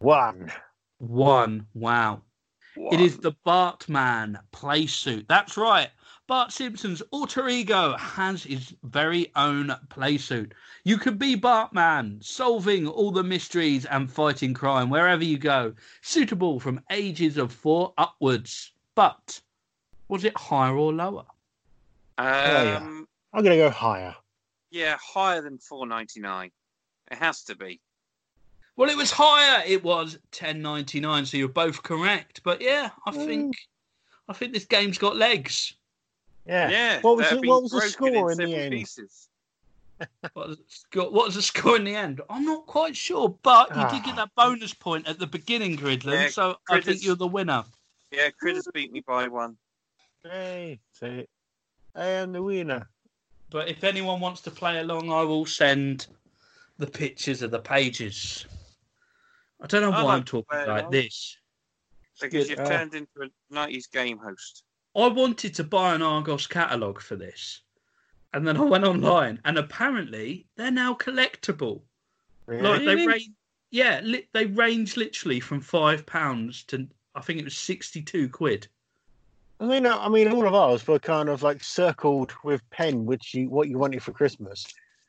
Speaker 4: One.
Speaker 2: 1. Wow. It is the Bartman play suit. That's right. Bart Simpson's alter ego has his very own play suit. You could be Bartman, solving all the mysteries and fighting crime wherever you go, suitable from ages of four upwards. But was it higher or lower?
Speaker 4: yeah.
Speaker 3: Um,
Speaker 4: I'm going to go higher.
Speaker 3: yeah, higher than four ninety nine. It has to be.
Speaker 2: Well, it was higher. It was ten ninety nine. So you're both correct. But yeah, I
Speaker 4: Mm.
Speaker 2: think I think this game's got legs.
Speaker 4: Yeah.
Speaker 3: Yeah.
Speaker 4: What was
Speaker 3: they've
Speaker 4: the-
Speaker 3: been
Speaker 4: what was the
Speaker 3: broken
Speaker 4: score in the
Speaker 3: several
Speaker 4: end?
Speaker 3: Pieces.
Speaker 2: What was the score, what was the score in the end? I'm not quite sure, but you did get
Speaker 4: Ah.
Speaker 2: that bonus point at the beginning, Gridland.
Speaker 3: Yeah,
Speaker 2: so I think
Speaker 3: Gridland's-
Speaker 2: you're the winner.
Speaker 3: Yeah, critters beat me by one.
Speaker 4: Hey, see, I am the winner.
Speaker 2: But if anyone wants to play along, I will send the pictures of the pages. I don't know why
Speaker 3: I like
Speaker 2: I'm
Speaker 3: to
Speaker 2: talking
Speaker 3: play
Speaker 2: like
Speaker 3: along.
Speaker 2: this.
Speaker 3: Because
Speaker 4: Good.
Speaker 3: you've
Speaker 4: Uh,
Speaker 3: turned into a nineties game host.
Speaker 2: I wanted to buy an Argos catalogue for this. And then I went online, and apparently they're now collectible. Like
Speaker 4: Really?
Speaker 2: they
Speaker 3: Really?
Speaker 2: range, yeah, li- they range literally from five pounds to I think it was sixty-two quid.
Speaker 4: I mean, I mean, all of ours were kind of like circled with pen, which you what you wanted for Christmas,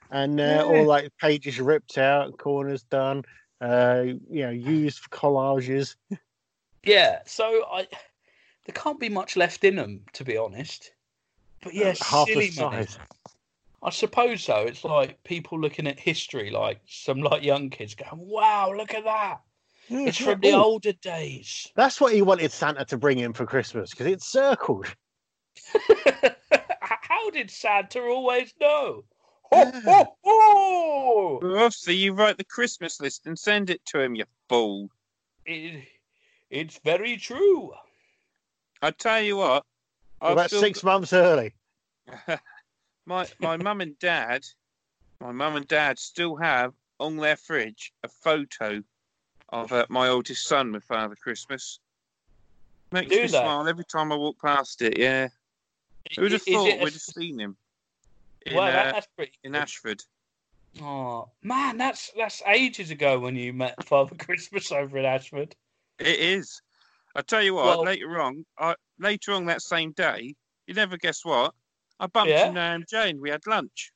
Speaker 4: and uh, all like pages ripped out, corners done, uh, you know, used for collages.
Speaker 2: Yeah, so I there can't be much left in them, to be honest. But yeah,
Speaker 4: uh, half the
Speaker 2: silly money.
Speaker 4: size.
Speaker 2: I suppose so. It's like people looking at history, like some like young kids going, "Wow, look at that!
Speaker 4: Yeah,
Speaker 2: It's
Speaker 4: yeah.
Speaker 2: from the
Speaker 4: Ooh,
Speaker 2: older days."
Speaker 4: That's what he wanted Santa to bring him for Christmas because it's circled.
Speaker 2: How did Santa always know? Ho, ho, ho!
Speaker 3: Well, obviously, you write the Christmas list and send it to him, you fool.
Speaker 2: It- it's very true.
Speaker 3: I tell you what, I've
Speaker 4: About
Speaker 3: still
Speaker 4: six months early.
Speaker 3: got- <laughs> my my mum and dad, my mum and dad still have on their fridge a photo of uh, my oldest son with Father Christmas. Makes
Speaker 2: Do
Speaker 3: me
Speaker 2: they?
Speaker 3: smile every time I walk past it. Yeah, who would have
Speaker 2: Is
Speaker 3: thought
Speaker 2: it a-
Speaker 3: we'd have seen him in,
Speaker 2: Well,
Speaker 3: uh,
Speaker 2: that, that's pretty.
Speaker 3: in Ashford?
Speaker 2: Oh man, that's that's ages ago when you met Father <laughs> Christmas over in Ashford.
Speaker 3: It is. I tell you what.
Speaker 2: Well-
Speaker 3: later on, I, later on that same day, you never guess what. I bumped
Speaker 2: Yeah?
Speaker 3: into Nan Jane. We had lunch.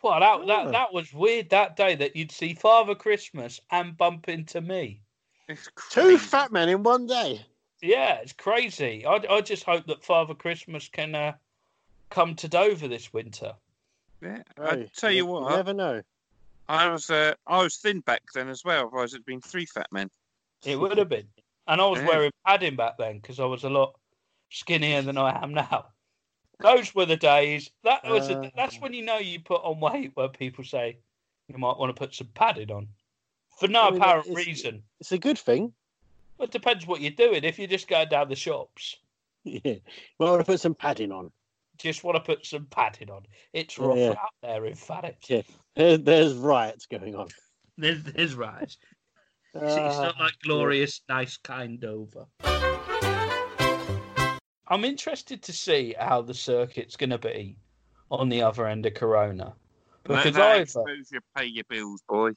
Speaker 2: Well, that,
Speaker 4: Oh.
Speaker 2: that that was weird that day that you'd see Father Christmas and bump into me.
Speaker 3: It's
Speaker 4: Two
Speaker 3: crazy.
Speaker 4: fat men in one day.
Speaker 2: Yeah, it's crazy. I I just hope that Father Christmas can uh, come to Dover this winter.
Speaker 3: Yeah,
Speaker 4: Oh,
Speaker 3: I tell you what,
Speaker 4: never know.
Speaker 3: I was uh, I was thin back then as well. Otherwise, it'd been three fat men.
Speaker 2: It would have been, and I was
Speaker 3: Yeah.
Speaker 2: wearing padding back then because I was a lot skinnier than I am now. Those were the days. That was
Speaker 4: Uh.
Speaker 2: a, that's when you know you put on weight. Where people say you might want to put some padding on for no
Speaker 4: I mean,
Speaker 2: apparent
Speaker 4: it's-
Speaker 2: reason.
Speaker 4: It's a good thing. <laughs>
Speaker 2: Well, it depends what you're doing. If you're just going down the shops,
Speaker 4: Yeah. Well, I put some padding on. <laughs>
Speaker 2: just want to put some padding on. It's
Speaker 4: Yeah,
Speaker 2: rough
Speaker 4: yeah.
Speaker 2: out there in Fanuc.
Speaker 4: Yeah. There- There's riots going on.
Speaker 2: There's, there's right. It's, it's
Speaker 4: Ah.
Speaker 2: not like glorious, nice, kind over. I'm interested to see how the circuit's going to be on the other end of Corona
Speaker 3: That,
Speaker 2: because
Speaker 3: that
Speaker 2: either
Speaker 3: exposure, pay your bills, boy.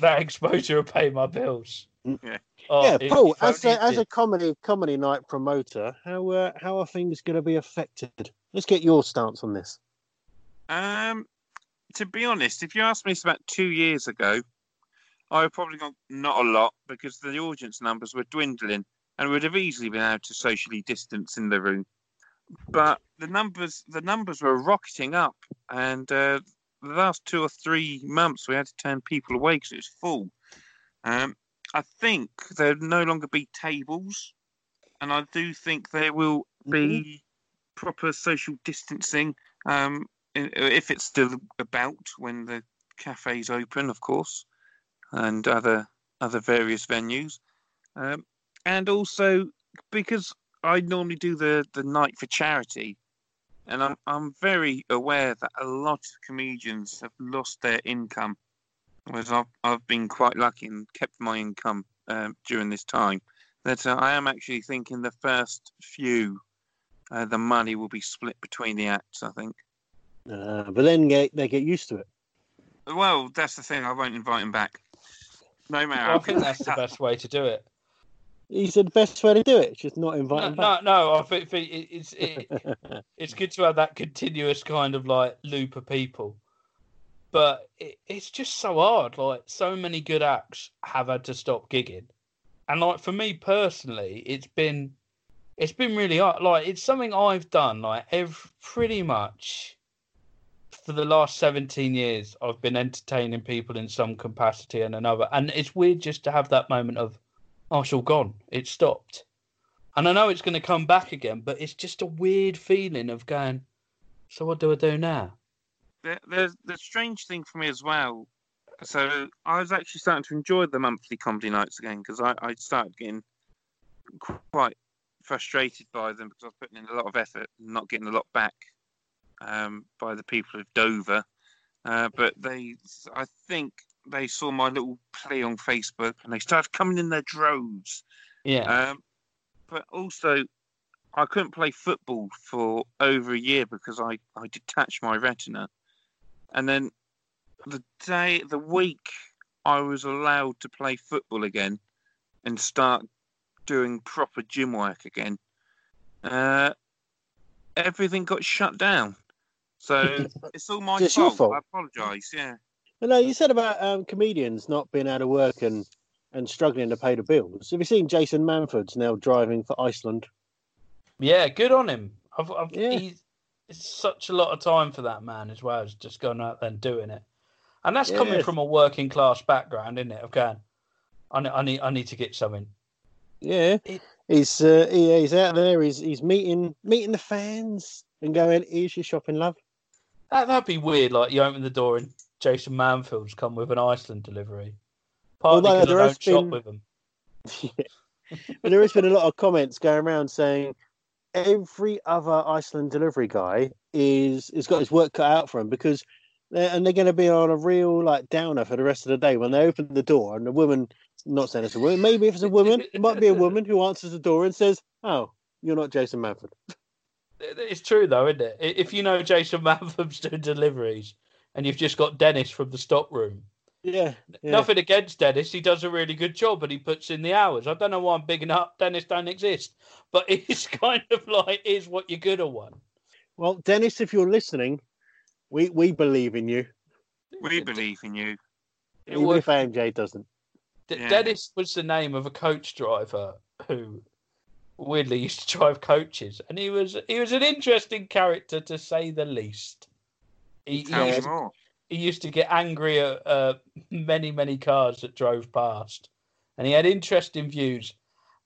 Speaker 2: that exposure will pay my bills.
Speaker 3: Yeah.
Speaker 2: Oh,
Speaker 4: yeah,
Speaker 2: if-
Speaker 4: Paul.
Speaker 2: if
Speaker 4: As
Speaker 2: only
Speaker 4: a, as
Speaker 2: it
Speaker 4: a comedy comedy night promoter, how uh, how are things going to be affected? Let's get your stance on this.
Speaker 3: Um, to be honest, if you asked me this about two years ago, I would probably gone not a lot because the audience numbers were dwindling and would have easily been able to socially distance in the room. But the numbers, the numbers were rocketing up, and uh, the last two or three months we had to turn people away because it was full. Um, I think there'll no longer be tables, and I do think there will be proper social distancing um, i- if it's still about when the cafes open, of course, and other other various venues, um, and also because I normally do the the night for charity, and I'm I'm very aware that a lot of comedians have lost their income, whereas I've I've been quite lucky and kept my income um, during this time. That uh, I am actually thinking the first few, uh, the money will be split between the acts. I think.
Speaker 4: Uh, but then get, they get used to it.
Speaker 3: Well, that's the thing. I won't invite him back. No matter.
Speaker 2: Well, I think that's the best way to do it.
Speaker 4: He said the best way to do it. Just not
Speaker 2: No,
Speaker 4: invite
Speaker 2: no, no, I think think it- it's it,
Speaker 4: them back. <laughs>
Speaker 2: it's good to have that continuous kind of like loop of people but it, it's just so hard like so many good acts have had to stop gigging and like for me personally it's been it's been really hard like it's something i've done like every, pretty much for the last 17 years i've been entertaining people in some capacity and another and it's weird just to have that moment of oh it's all gone it stopped and I know it's going to come back again, but it's just a weird feeling of going. So what do I do now?
Speaker 3: the, the, the strange thing for me as well. So I was actually starting to enjoy the monthly comedy nights again because I, I started getting quite frustrated by them because I was putting in a lot of effort and not getting a lot back um, by the people of Dover. Uh, but they, I think they saw my little play on Facebook and they started coming in their droves.
Speaker 4: Uh,
Speaker 2: Yeah,
Speaker 3: Um, but also, I couldn't play football for over a year because I, I detached my retina. And then the day, the week I was allowed to play football again and start doing proper gym work again, uh, everything got shut down. So it's all my
Speaker 4: It's your
Speaker 3: fault. I apologise. Yeah.
Speaker 4: Well, no, you said about um, comedians not being out of work and, and struggling to pay the bills. Have you seen Jason Manford's now driving for Iceland?
Speaker 2: yeah, good on him. I've, I've,
Speaker 4: Yeah.
Speaker 2: he's, it's such a lot of time for that man as well as just going out there and doing it. And that's
Speaker 4: Yeah.
Speaker 2: coming from a working class background, isn't it? Of going, I ne- I need, I need to get something.
Speaker 4: Yeah,
Speaker 2: It-
Speaker 4: he's uh, he, he's out there. He's he's meeting meeting the fans and going. Here's your shopping, love.
Speaker 2: That, that'd be weird. Like you open the door and Jason Manfield's come with an Iceland delivery. Partly
Speaker 4: Although
Speaker 2: because I
Speaker 4: there has
Speaker 2: don't shop
Speaker 4: been-
Speaker 2: with them.
Speaker 4: but there has been a lot of comments going around saying every other Iceland delivery guy is has got his work cut out for him because they're, and they're going to be on a real like downer for the rest of the day when they open the door and the woman. Not saying it's a woman. Maybe if it's a woman, it might be a woman who answers the door and says, "Oh, you're not Jason Manford."
Speaker 2: It- It's true though, isn't it? I- If you know Jason <laughs> Manfield's doing deliveries and you've just got Dennis from the stock room,
Speaker 4: Yeah, yeah.
Speaker 2: Nothing against Dennis. He does a really good job and he puts in the hours. I don't know why I'm bigging up Dennis don't exist. But <laughs> it's kind of like is what you're good at one.
Speaker 4: Well, Dennis, if you're listening, we we believe in you.
Speaker 3: We believe in you.
Speaker 2: It
Speaker 4: Even
Speaker 2: was-
Speaker 4: if AMJ doesn't.
Speaker 2: D-
Speaker 3: Yeah.
Speaker 2: Dennis was the name of a coach driver who weirdly used to drive coaches and he was he was an interesting character to say the least. He, he
Speaker 3: Tell
Speaker 2: used
Speaker 3: me
Speaker 2: to
Speaker 3: more.
Speaker 2: he used to get angry at uh, many, many cars that drove past, and he had interesting views.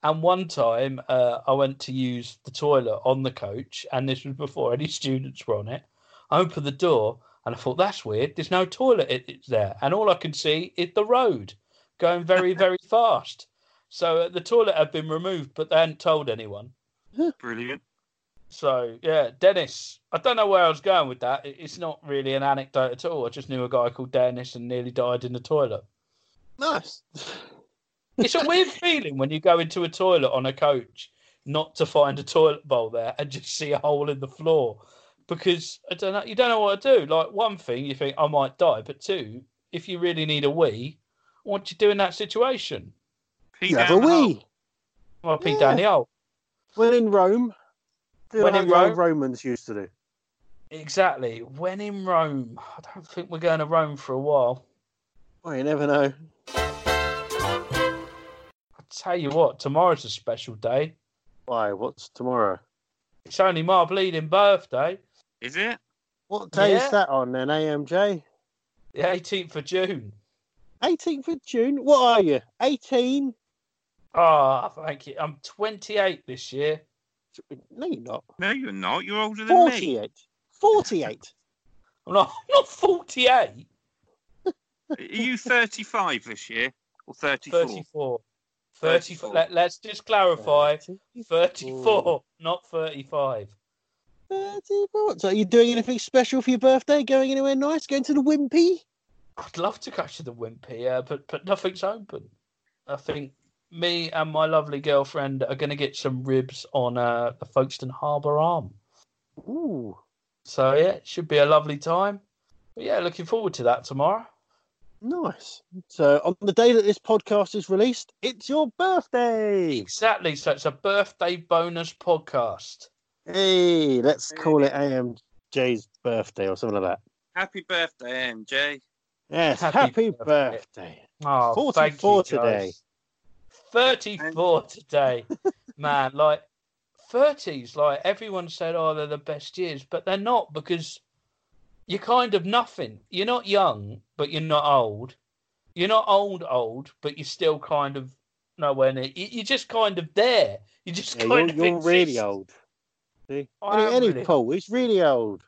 Speaker 2: And one time, uh, I went to use the toilet on the coach, and this was before any students were on it. I opened the door, and I thought, "That's weird. There's no toilet i- it's there, and all I can see is the road going very, very fast." So uh, the toilet had been removed, but they hadn't told anyone.
Speaker 3: Brilliant.
Speaker 2: So yeah, Dennis. I don't know where I was going with that. It- It's not really an anecdote at all. I just knew a guy called Dennis and nearly died in the toilet.
Speaker 4: Nice.
Speaker 2: It's a weird feeling when you go into a toilet on a coach not to find a toilet bowl there and just see a hole in the floor because I don't know. You don't know what to do. Like one thing, you think I might die, but two, if you really need a wee, what do you do in that situation?
Speaker 3: Pee
Speaker 4: You have a
Speaker 3: down the hole.
Speaker 4: wee.
Speaker 2: I pee
Speaker 4: Yeah.
Speaker 2: down the hole.
Speaker 4: When in Rome, do
Speaker 2: When
Speaker 4: like
Speaker 2: in
Speaker 4: the old
Speaker 2: Rome?
Speaker 4: Romans used to do.
Speaker 2: Exactly. When in Rome, I don't think we're going to Rome for a while.
Speaker 4: Well, you never know.
Speaker 2: I tell you what, tomorrow's a special day.
Speaker 4: Why? What's tomorrow?
Speaker 2: It's only my bleeding birthday,
Speaker 3: Is it?
Speaker 4: What day
Speaker 2: Yeah.
Speaker 4: is that on then, AMJ?
Speaker 2: the 18th of June.
Speaker 4: 18th of June? What are you? 18?
Speaker 2: Ah, thank you. I'm 28 this year.
Speaker 4: No, you're not.
Speaker 3: No, you're not. You're older than me.
Speaker 4: 48. 48.
Speaker 2: I'm not, I'm not 48,
Speaker 3: Are you 35 this year or 34?
Speaker 2: 34. 34.
Speaker 3: 34.
Speaker 2: Let, us just clarify 34,
Speaker 4: 34.
Speaker 2: not 35.
Speaker 4: 34. So, are you doing anything special for your birthday? Going anywhere nice? Going to the Wimpy?
Speaker 2: I'd love to go to the Wimpy, uh, but, but nothing's open. I think me and my lovely girlfriend are going to get some ribs on uh, the Folkestone Harbour Arm.
Speaker 4: Ooh.
Speaker 2: So, yeah, it should be a lovely time. But yeah, looking forward to that tomorrow.
Speaker 4: Nice. So on the day that this podcast is released, it's your birthday.
Speaker 2: Exactly. So it's a birthday bonus podcast.
Speaker 4: Hey, let's call it AMJ's birthday or something like that.
Speaker 3: Happy birthday, MJ.
Speaker 4: Yes,
Speaker 2: Happy
Speaker 4: happy,
Speaker 2: birthday.
Speaker 4: birthday.
Speaker 2: Oh,
Speaker 4: 44
Speaker 2: thank you,
Speaker 4: today.
Speaker 2: guys.
Speaker 4: <laughs>
Speaker 2: 34 today. Man, like 30s, like everyone said, oh, they're the best years, but they're not because you're kind of nothing. You're not young, but you're not old. You're not old, old, but you're still kind of nowhere near. you- You're just kind of there. You just
Speaker 4: Yeah, you're
Speaker 2: kind of
Speaker 4: you're really
Speaker 2: exist.
Speaker 4: old. See?
Speaker 2: I
Speaker 4: Any,
Speaker 2: am
Speaker 4: any
Speaker 2: really
Speaker 4: Paul, he's Oh, really old.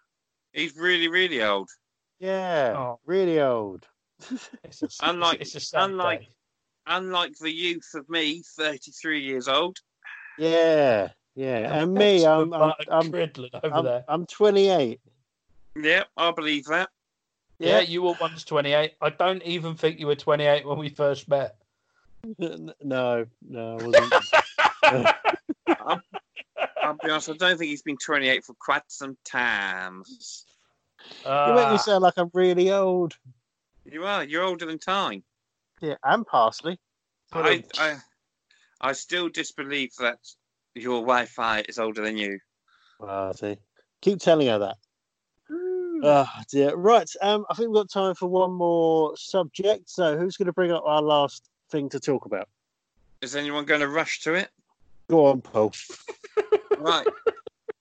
Speaker 3: He's really, really old.
Speaker 4: Yeah,
Speaker 2: Oh.
Speaker 4: really old.
Speaker 2: It's a- it's a-
Speaker 3: Unlike-
Speaker 2: it's a sad
Speaker 3: unlike-
Speaker 2: day.
Speaker 3: Unlike the youth of me, 33 years old.
Speaker 4: Yeah, yeah. And me, I'm I'm
Speaker 2: Martin
Speaker 4: I'm,
Speaker 2: Cridlin over
Speaker 4: I'm,
Speaker 2: there.
Speaker 4: I'm 28.
Speaker 3: Yep, I believe that.
Speaker 2: Yeah, you were once 28. I don't even think you were 28 when we first met.
Speaker 4: No, no, I wasn't.
Speaker 3: I'll be honest, I don't think he's been 28 for quite some time.
Speaker 4: you make <laughs>
Speaker 2: Ah,
Speaker 4: me sound like I'm really old.
Speaker 3: You are. You're older than time.
Speaker 4: Yeah, and parsley.
Speaker 3: I, I, I still disbelieve that your Wi-Fi is older than you.
Speaker 4: Well, see. Keep telling her that.
Speaker 3: Mm.
Speaker 4: Oh, dear. Right. Um, I think we've got time for one more subject. So, who's going to bring up our last thing to talk about?
Speaker 3: Is anyone going to rush to it?
Speaker 4: Go on, Paul.
Speaker 3: Right.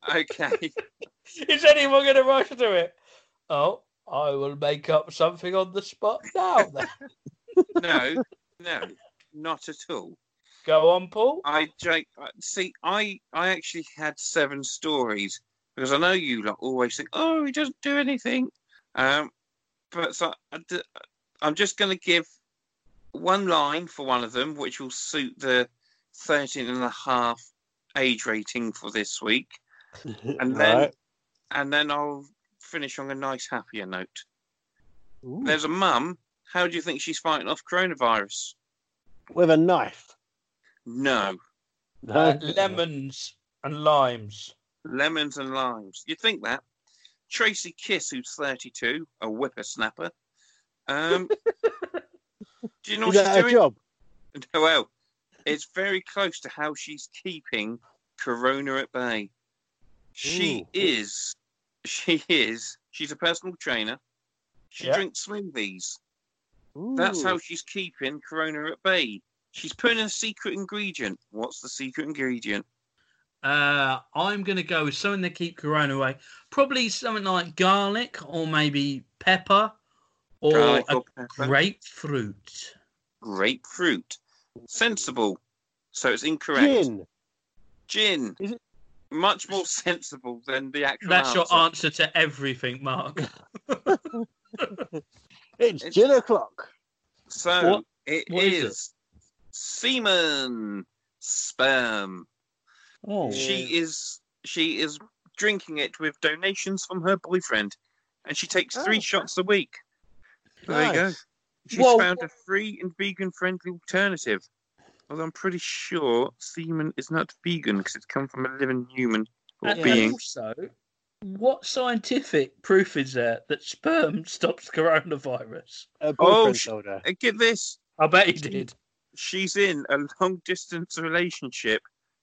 Speaker 3: okay.
Speaker 2: <laughs>
Speaker 6: Is anyone going to rush through it? Oh, I will make up something on the spot now.
Speaker 2: <laughs>
Speaker 6: then.
Speaker 3: No, no, not at all.
Speaker 6: Go on, Paul.
Speaker 4: <laughs>
Speaker 3: I Jake, I- see. I I actually had seven stories because I know you lot always think, oh, he doesn't do anything. Um, but so I d- uh, I'm just going to give one line for one of them, which will suit the 13 and a half age rating for this week, and then
Speaker 4: Right.
Speaker 3: and then I'll finish on a nice happier note.
Speaker 4: Ooh.
Speaker 3: There's a mum. How do you think she's fighting off coronavirus?
Speaker 4: with a knife.
Speaker 3: No,
Speaker 6: Uh, lemons and limes.
Speaker 3: lemons and limes. You'd think that. Tracy Kiss, who's 32, a whippersnapper. Um, do you know
Speaker 4: Is
Speaker 3: what she's
Speaker 4: that her
Speaker 3: doing?
Speaker 4: job?
Speaker 3: <laughs> Well, it's very close to how she's keeping Corona at bay. She
Speaker 4: Ooh.
Speaker 3: is, she is, she's a personal trainer. She
Speaker 6: Yeah.
Speaker 3: drinks smoothies. That's how
Speaker 4: Ooh.
Speaker 3: she's keeping Corona at bay. She's putting in a secret ingredient. What's the secret ingredient?
Speaker 2: Uh, I'm going to go with something to keep Corona away. Probably something like garlic or maybe pepper or
Speaker 3: Garlic
Speaker 2: a
Speaker 3: or pepper?
Speaker 2: grapefruit.
Speaker 3: grapefruit. Sensible. So it's incorrect. Gin.
Speaker 4: gin. Is it-
Speaker 3: Much more <laughs> sensible than the actual.
Speaker 2: That's your
Speaker 3: answer.
Speaker 2: answer to everything,
Speaker 3: <laughs>
Speaker 2: Mark.
Speaker 4: It's,
Speaker 3: It's-
Speaker 4: gin o'clock.
Speaker 3: So
Speaker 2: What-
Speaker 3: it
Speaker 2: what is it?
Speaker 3: is semen sperm.
Speaker 2: Oh,
Speaker 3: She is she is drinking it with donations from her boyfriend, and she takes three
Speaker 4: Oh.
Speaker 3: shots a week. There you go.
Speaker 4: Nice.
Speaker 3: She's
Speaker 2: Well-
Speaker 3: found a free and vegan friendly alternative. Although I'm pretty sure semen is not vegan because it's come from a living human or
Speaker 2: and,
Speaker 3: being.
Speaker 2: and also, what scientific proof is there that sperm <laughs> stops coronavirus?
Speaker 4: Her boyfriend
Speaker 3: Oh, sh-
Speaker 4: told her. <laughs>
Speaker 3: And Uh, get this,
Speaker 2: I bet he
Speaker 3: <laughs>
Speaker 2: did.
Speaker 3: she's in a long distance relationship,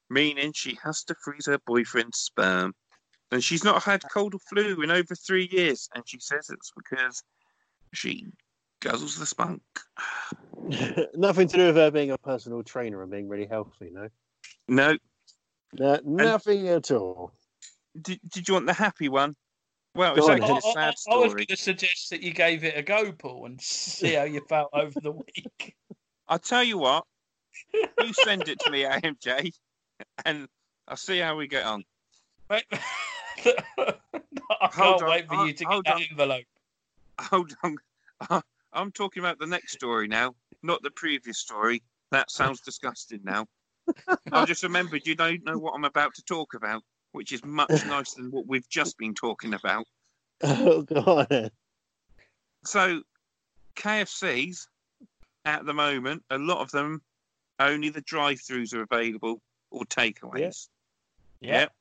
Speaker 3: meaning she has to freeze her boyfriend's sperm. And she's not had cold or flu in over three years, and she says it's because she guzzles the spunk.
Speaker 4: nothing to do with her being a personal trainer and being really healthy, no?
Speaker 3: No,
Speaker 4: no nothing at all. <laughs>
Speaker 3: did, did you want the happy one? Well,
Speaker 4: Go
Speaker 3: it's
Speaker 4: on,
Speaker 3: actually
Speaker 4: Ed.
Speaker 3: a sad
Speaker 6: I was
Speaker 3: story.
Speaker 6: going to suggest that you gave it a go, Paul, and see how you felt over the week.
Speaker 3: I'll tell
Speaker 6: <laughs>
Speaker 3: you what, you send it to me, AMJ, and I'll see how we get on.
Speaker 6: <laughs> Mate, I
Speaker 3: Hold
Speaker 6: can't
Speaker 3: on,
Speaker 6: wait for you to
Speaker 3: hold
Speaker 6: get that
Speaker 3: on.
Speaker 6: envelope.
Speaker 3: Hold on. <laughs> Uh, I'm talking about the next story now, not the previous story. That sounds disgusting now. I just remembered you don't know what I'm about to talk about, which is much nicer than what we've just been talking about.
Speaker 4: Oh, God. Ed.
Speaker 3: So, KFCs at the moment, a lot of them, only the drive throughs are available or takeaways.
Speaker 6: Yeah.
Speaker 3: Yep.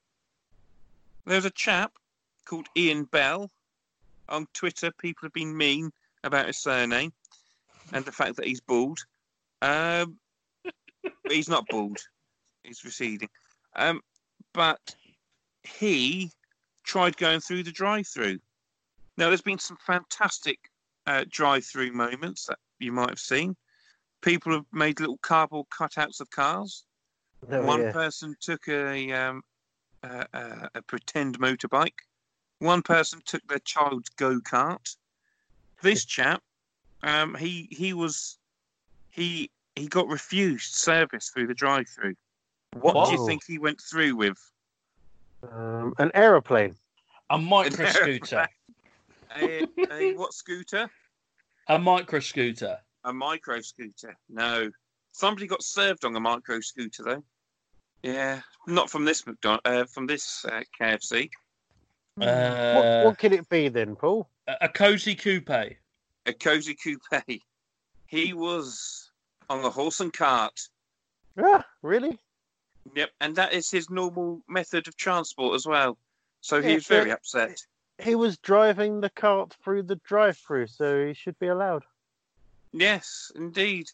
Speaker 3: There's a chap called Ian Bell. On Twitter, people have been mean about his surname and the fact that he's bald. Um, <laughs> but he's not bald, he's receding. Um, but he tried going through the drive through. Now, there's been some fantastic uh, drive through moments that you might have seen. People have made little cardboard cutouts of cars.
Speaker 4: Oh,
Speaker 3: One
Speaker 4: yeah.
Speaker 3: person took a, um, a, a a pretend motorbike. One person took their child's go kart.
Speaker 4: <laughs>
Speaker 3: This chap, um, he he was he he got refused service through the drive-through. What do you
Speaker 4: Wow.
Speaker 3: think he went through with?
Speaker 4: Um, an aeroplane.
Speaker 6: A micro
Speaker 3: <laughs>
Speaker 6: scooter.
Speaker 3: A,
Speaker 4: <laughs>
Speaker 3: a what scooter?
Speaker 6: A micro scooter.
Speaker 3: A micro scooter? No. Somebody got served on a micro scooter though. Yeah, not from this McDonald, uh, from this uh, KFC.
Speaker 6: Uh,
Speaker 3: Uh,
Speaker 4: what, what could it be then, Paul?
Speaker 6: a- a cozy coupe.
Speaker 3: a cozy coupe. He was on the horse and cart.
Speaker 4: Ah, really?
Speaker 3: Yep, and that is his normal method of transport as well. So he
Speaker 4: Yeah,
Speaker 3: was very
Speaker 4: but-
Speaker 3: upset.
Speaker 4: He was driving the cart through the drive-through, so he should be
Speaker 2: <laughs>
Speaker 4: allowed.
Speaker 3: Yes, indeed.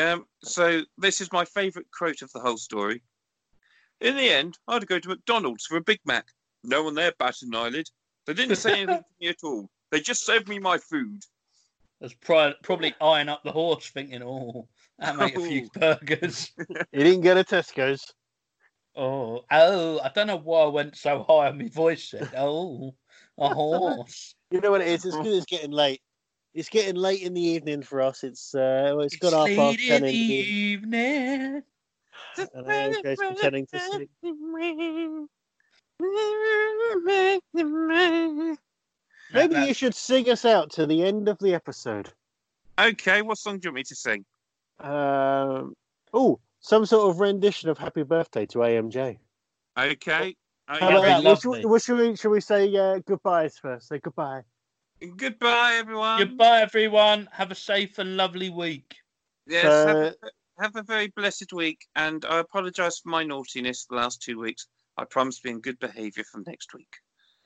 Speaker 3: Um, so this is my favourite quote of the whole story. In the end, I had to go to McDonald's for a Big Mac. No one there batted an eyelid. They didn't say anything to me at all. They just served me my food.
Speaker 6: That's pri- probably eyeing up the
Speaker 4: <laughs>
Speaker 6: horse, thinking, "Oh, that make a few
Speaker 3: Oh.
Speaker 6: burgers."
Speaker 4: He didn't get a Tesco's.
Speaker 2: Oh, oh, I don't know why I went so high on my
Speaker 4: <laughs>
Speaker 2: voice then. Oh, a horse.
Speaker 4: You know what it is? It's, 'cause it's getting late. It's getting late in the evening for us. It's uh, well, it's got half
Speaker 2: late
Speaker 4: past
Speaker 2: in
Speaker 4: ten in
Speaker 2: the
Speaker 4: the evening.
Speaker 2: evening.
Speaker 4: And uh, I know Grace pretending to sleep. Maybe you should sing us out to the end of the episode.
Speaker 3: Okay, what song do you want me to sing?
Speaker 4: Um, oh, some sort of rendition of "Happy Birthday" to AMJ.
Speaker 3: Okay.
Speaker 4: How
Speaker 3: okay.
Speaker 4: about that?
Speaker 2: that'd be
Speaker 4: What should,
Speaker 2: lovely.
Speaker 4: what should we should we say uh, goodbyes first? Say goodbye.
Speaker 3: Goodbye,
Speaker 4: um,
Speaker 3: everyone.
Speaker 2: Goodbye, everyone. Have a safe and lovely week.
Speaker 3: Yes, have,
Speaker 4: Uh,
Speaker 3: a, have a very blessed week, and I apologise for my naughtiness the last two weeks. I promise to be in good behaviour from next week.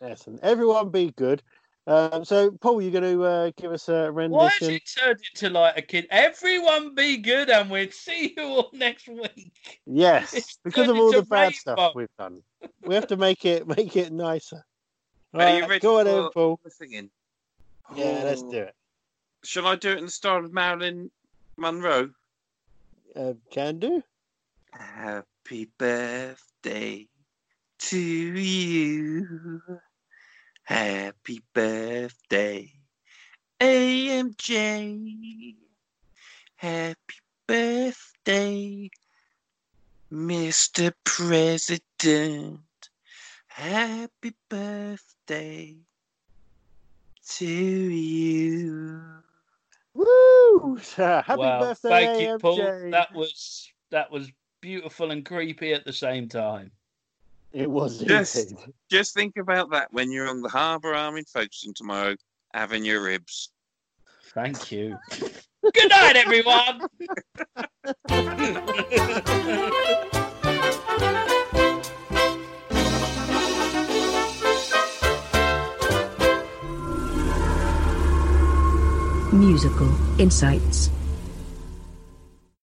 Speaker 4: yes, and everyone be good. Um, so, Paul, you're going to uh, give us a
Speaker 2: Why has
Speaker 4: rendition.
Speaker 2: it turned into like a kid? Everyone be good and we'll see you all <laughs> next week.
Speaker 4: Yes,
Speaker 2: <laughs> It's
Speaker 4: because of
Speaker 2: turned
Speaker 4: all the
Speaker 2: into
Speaker 4: bad
Speaker 2: rainbow.
Speaker 4: stuff we've done, we have to make it <laughs> make it nicer.
Speaker 3: Are you
Speaker 4: Right,
Speaker 3: ready
Speaker 4: go on,
Speaker 3: for-
Speaker 4: then, Paul.
Speaker 3: We're singing.
Speaker 4: Yeah, let's
Speaker 3: Oh.
Speaker 4: do it.
Speaker 3: Shall I do it in the style of Marilyn Monroe?
Speaker 4: Uh, can do.
Speaker 3: Happy birthday to you. Happy birthday, AMJ. Happy birthday, Mr. President. Happy birthday to you.
Speaker 4: Woo! <laughs> Happy
Speaker 2: Wow.
Speaker 4: birthday,
Speaker 2: Thank you,
Speaker 4: AMJ.
Speaker 2: Paul. That was that was beautiful and creepy at the same time.
Speaker 4: It was
Speaker 3: Yes.
Speaker 4: indeed.
Speaker 3: Just think about that when you're on the Harbour Arm in Folkestone tomorrow, having your ribs.
Speaker 2: Thank you. Good night, everyone.
Speaker 7: Musical Insights.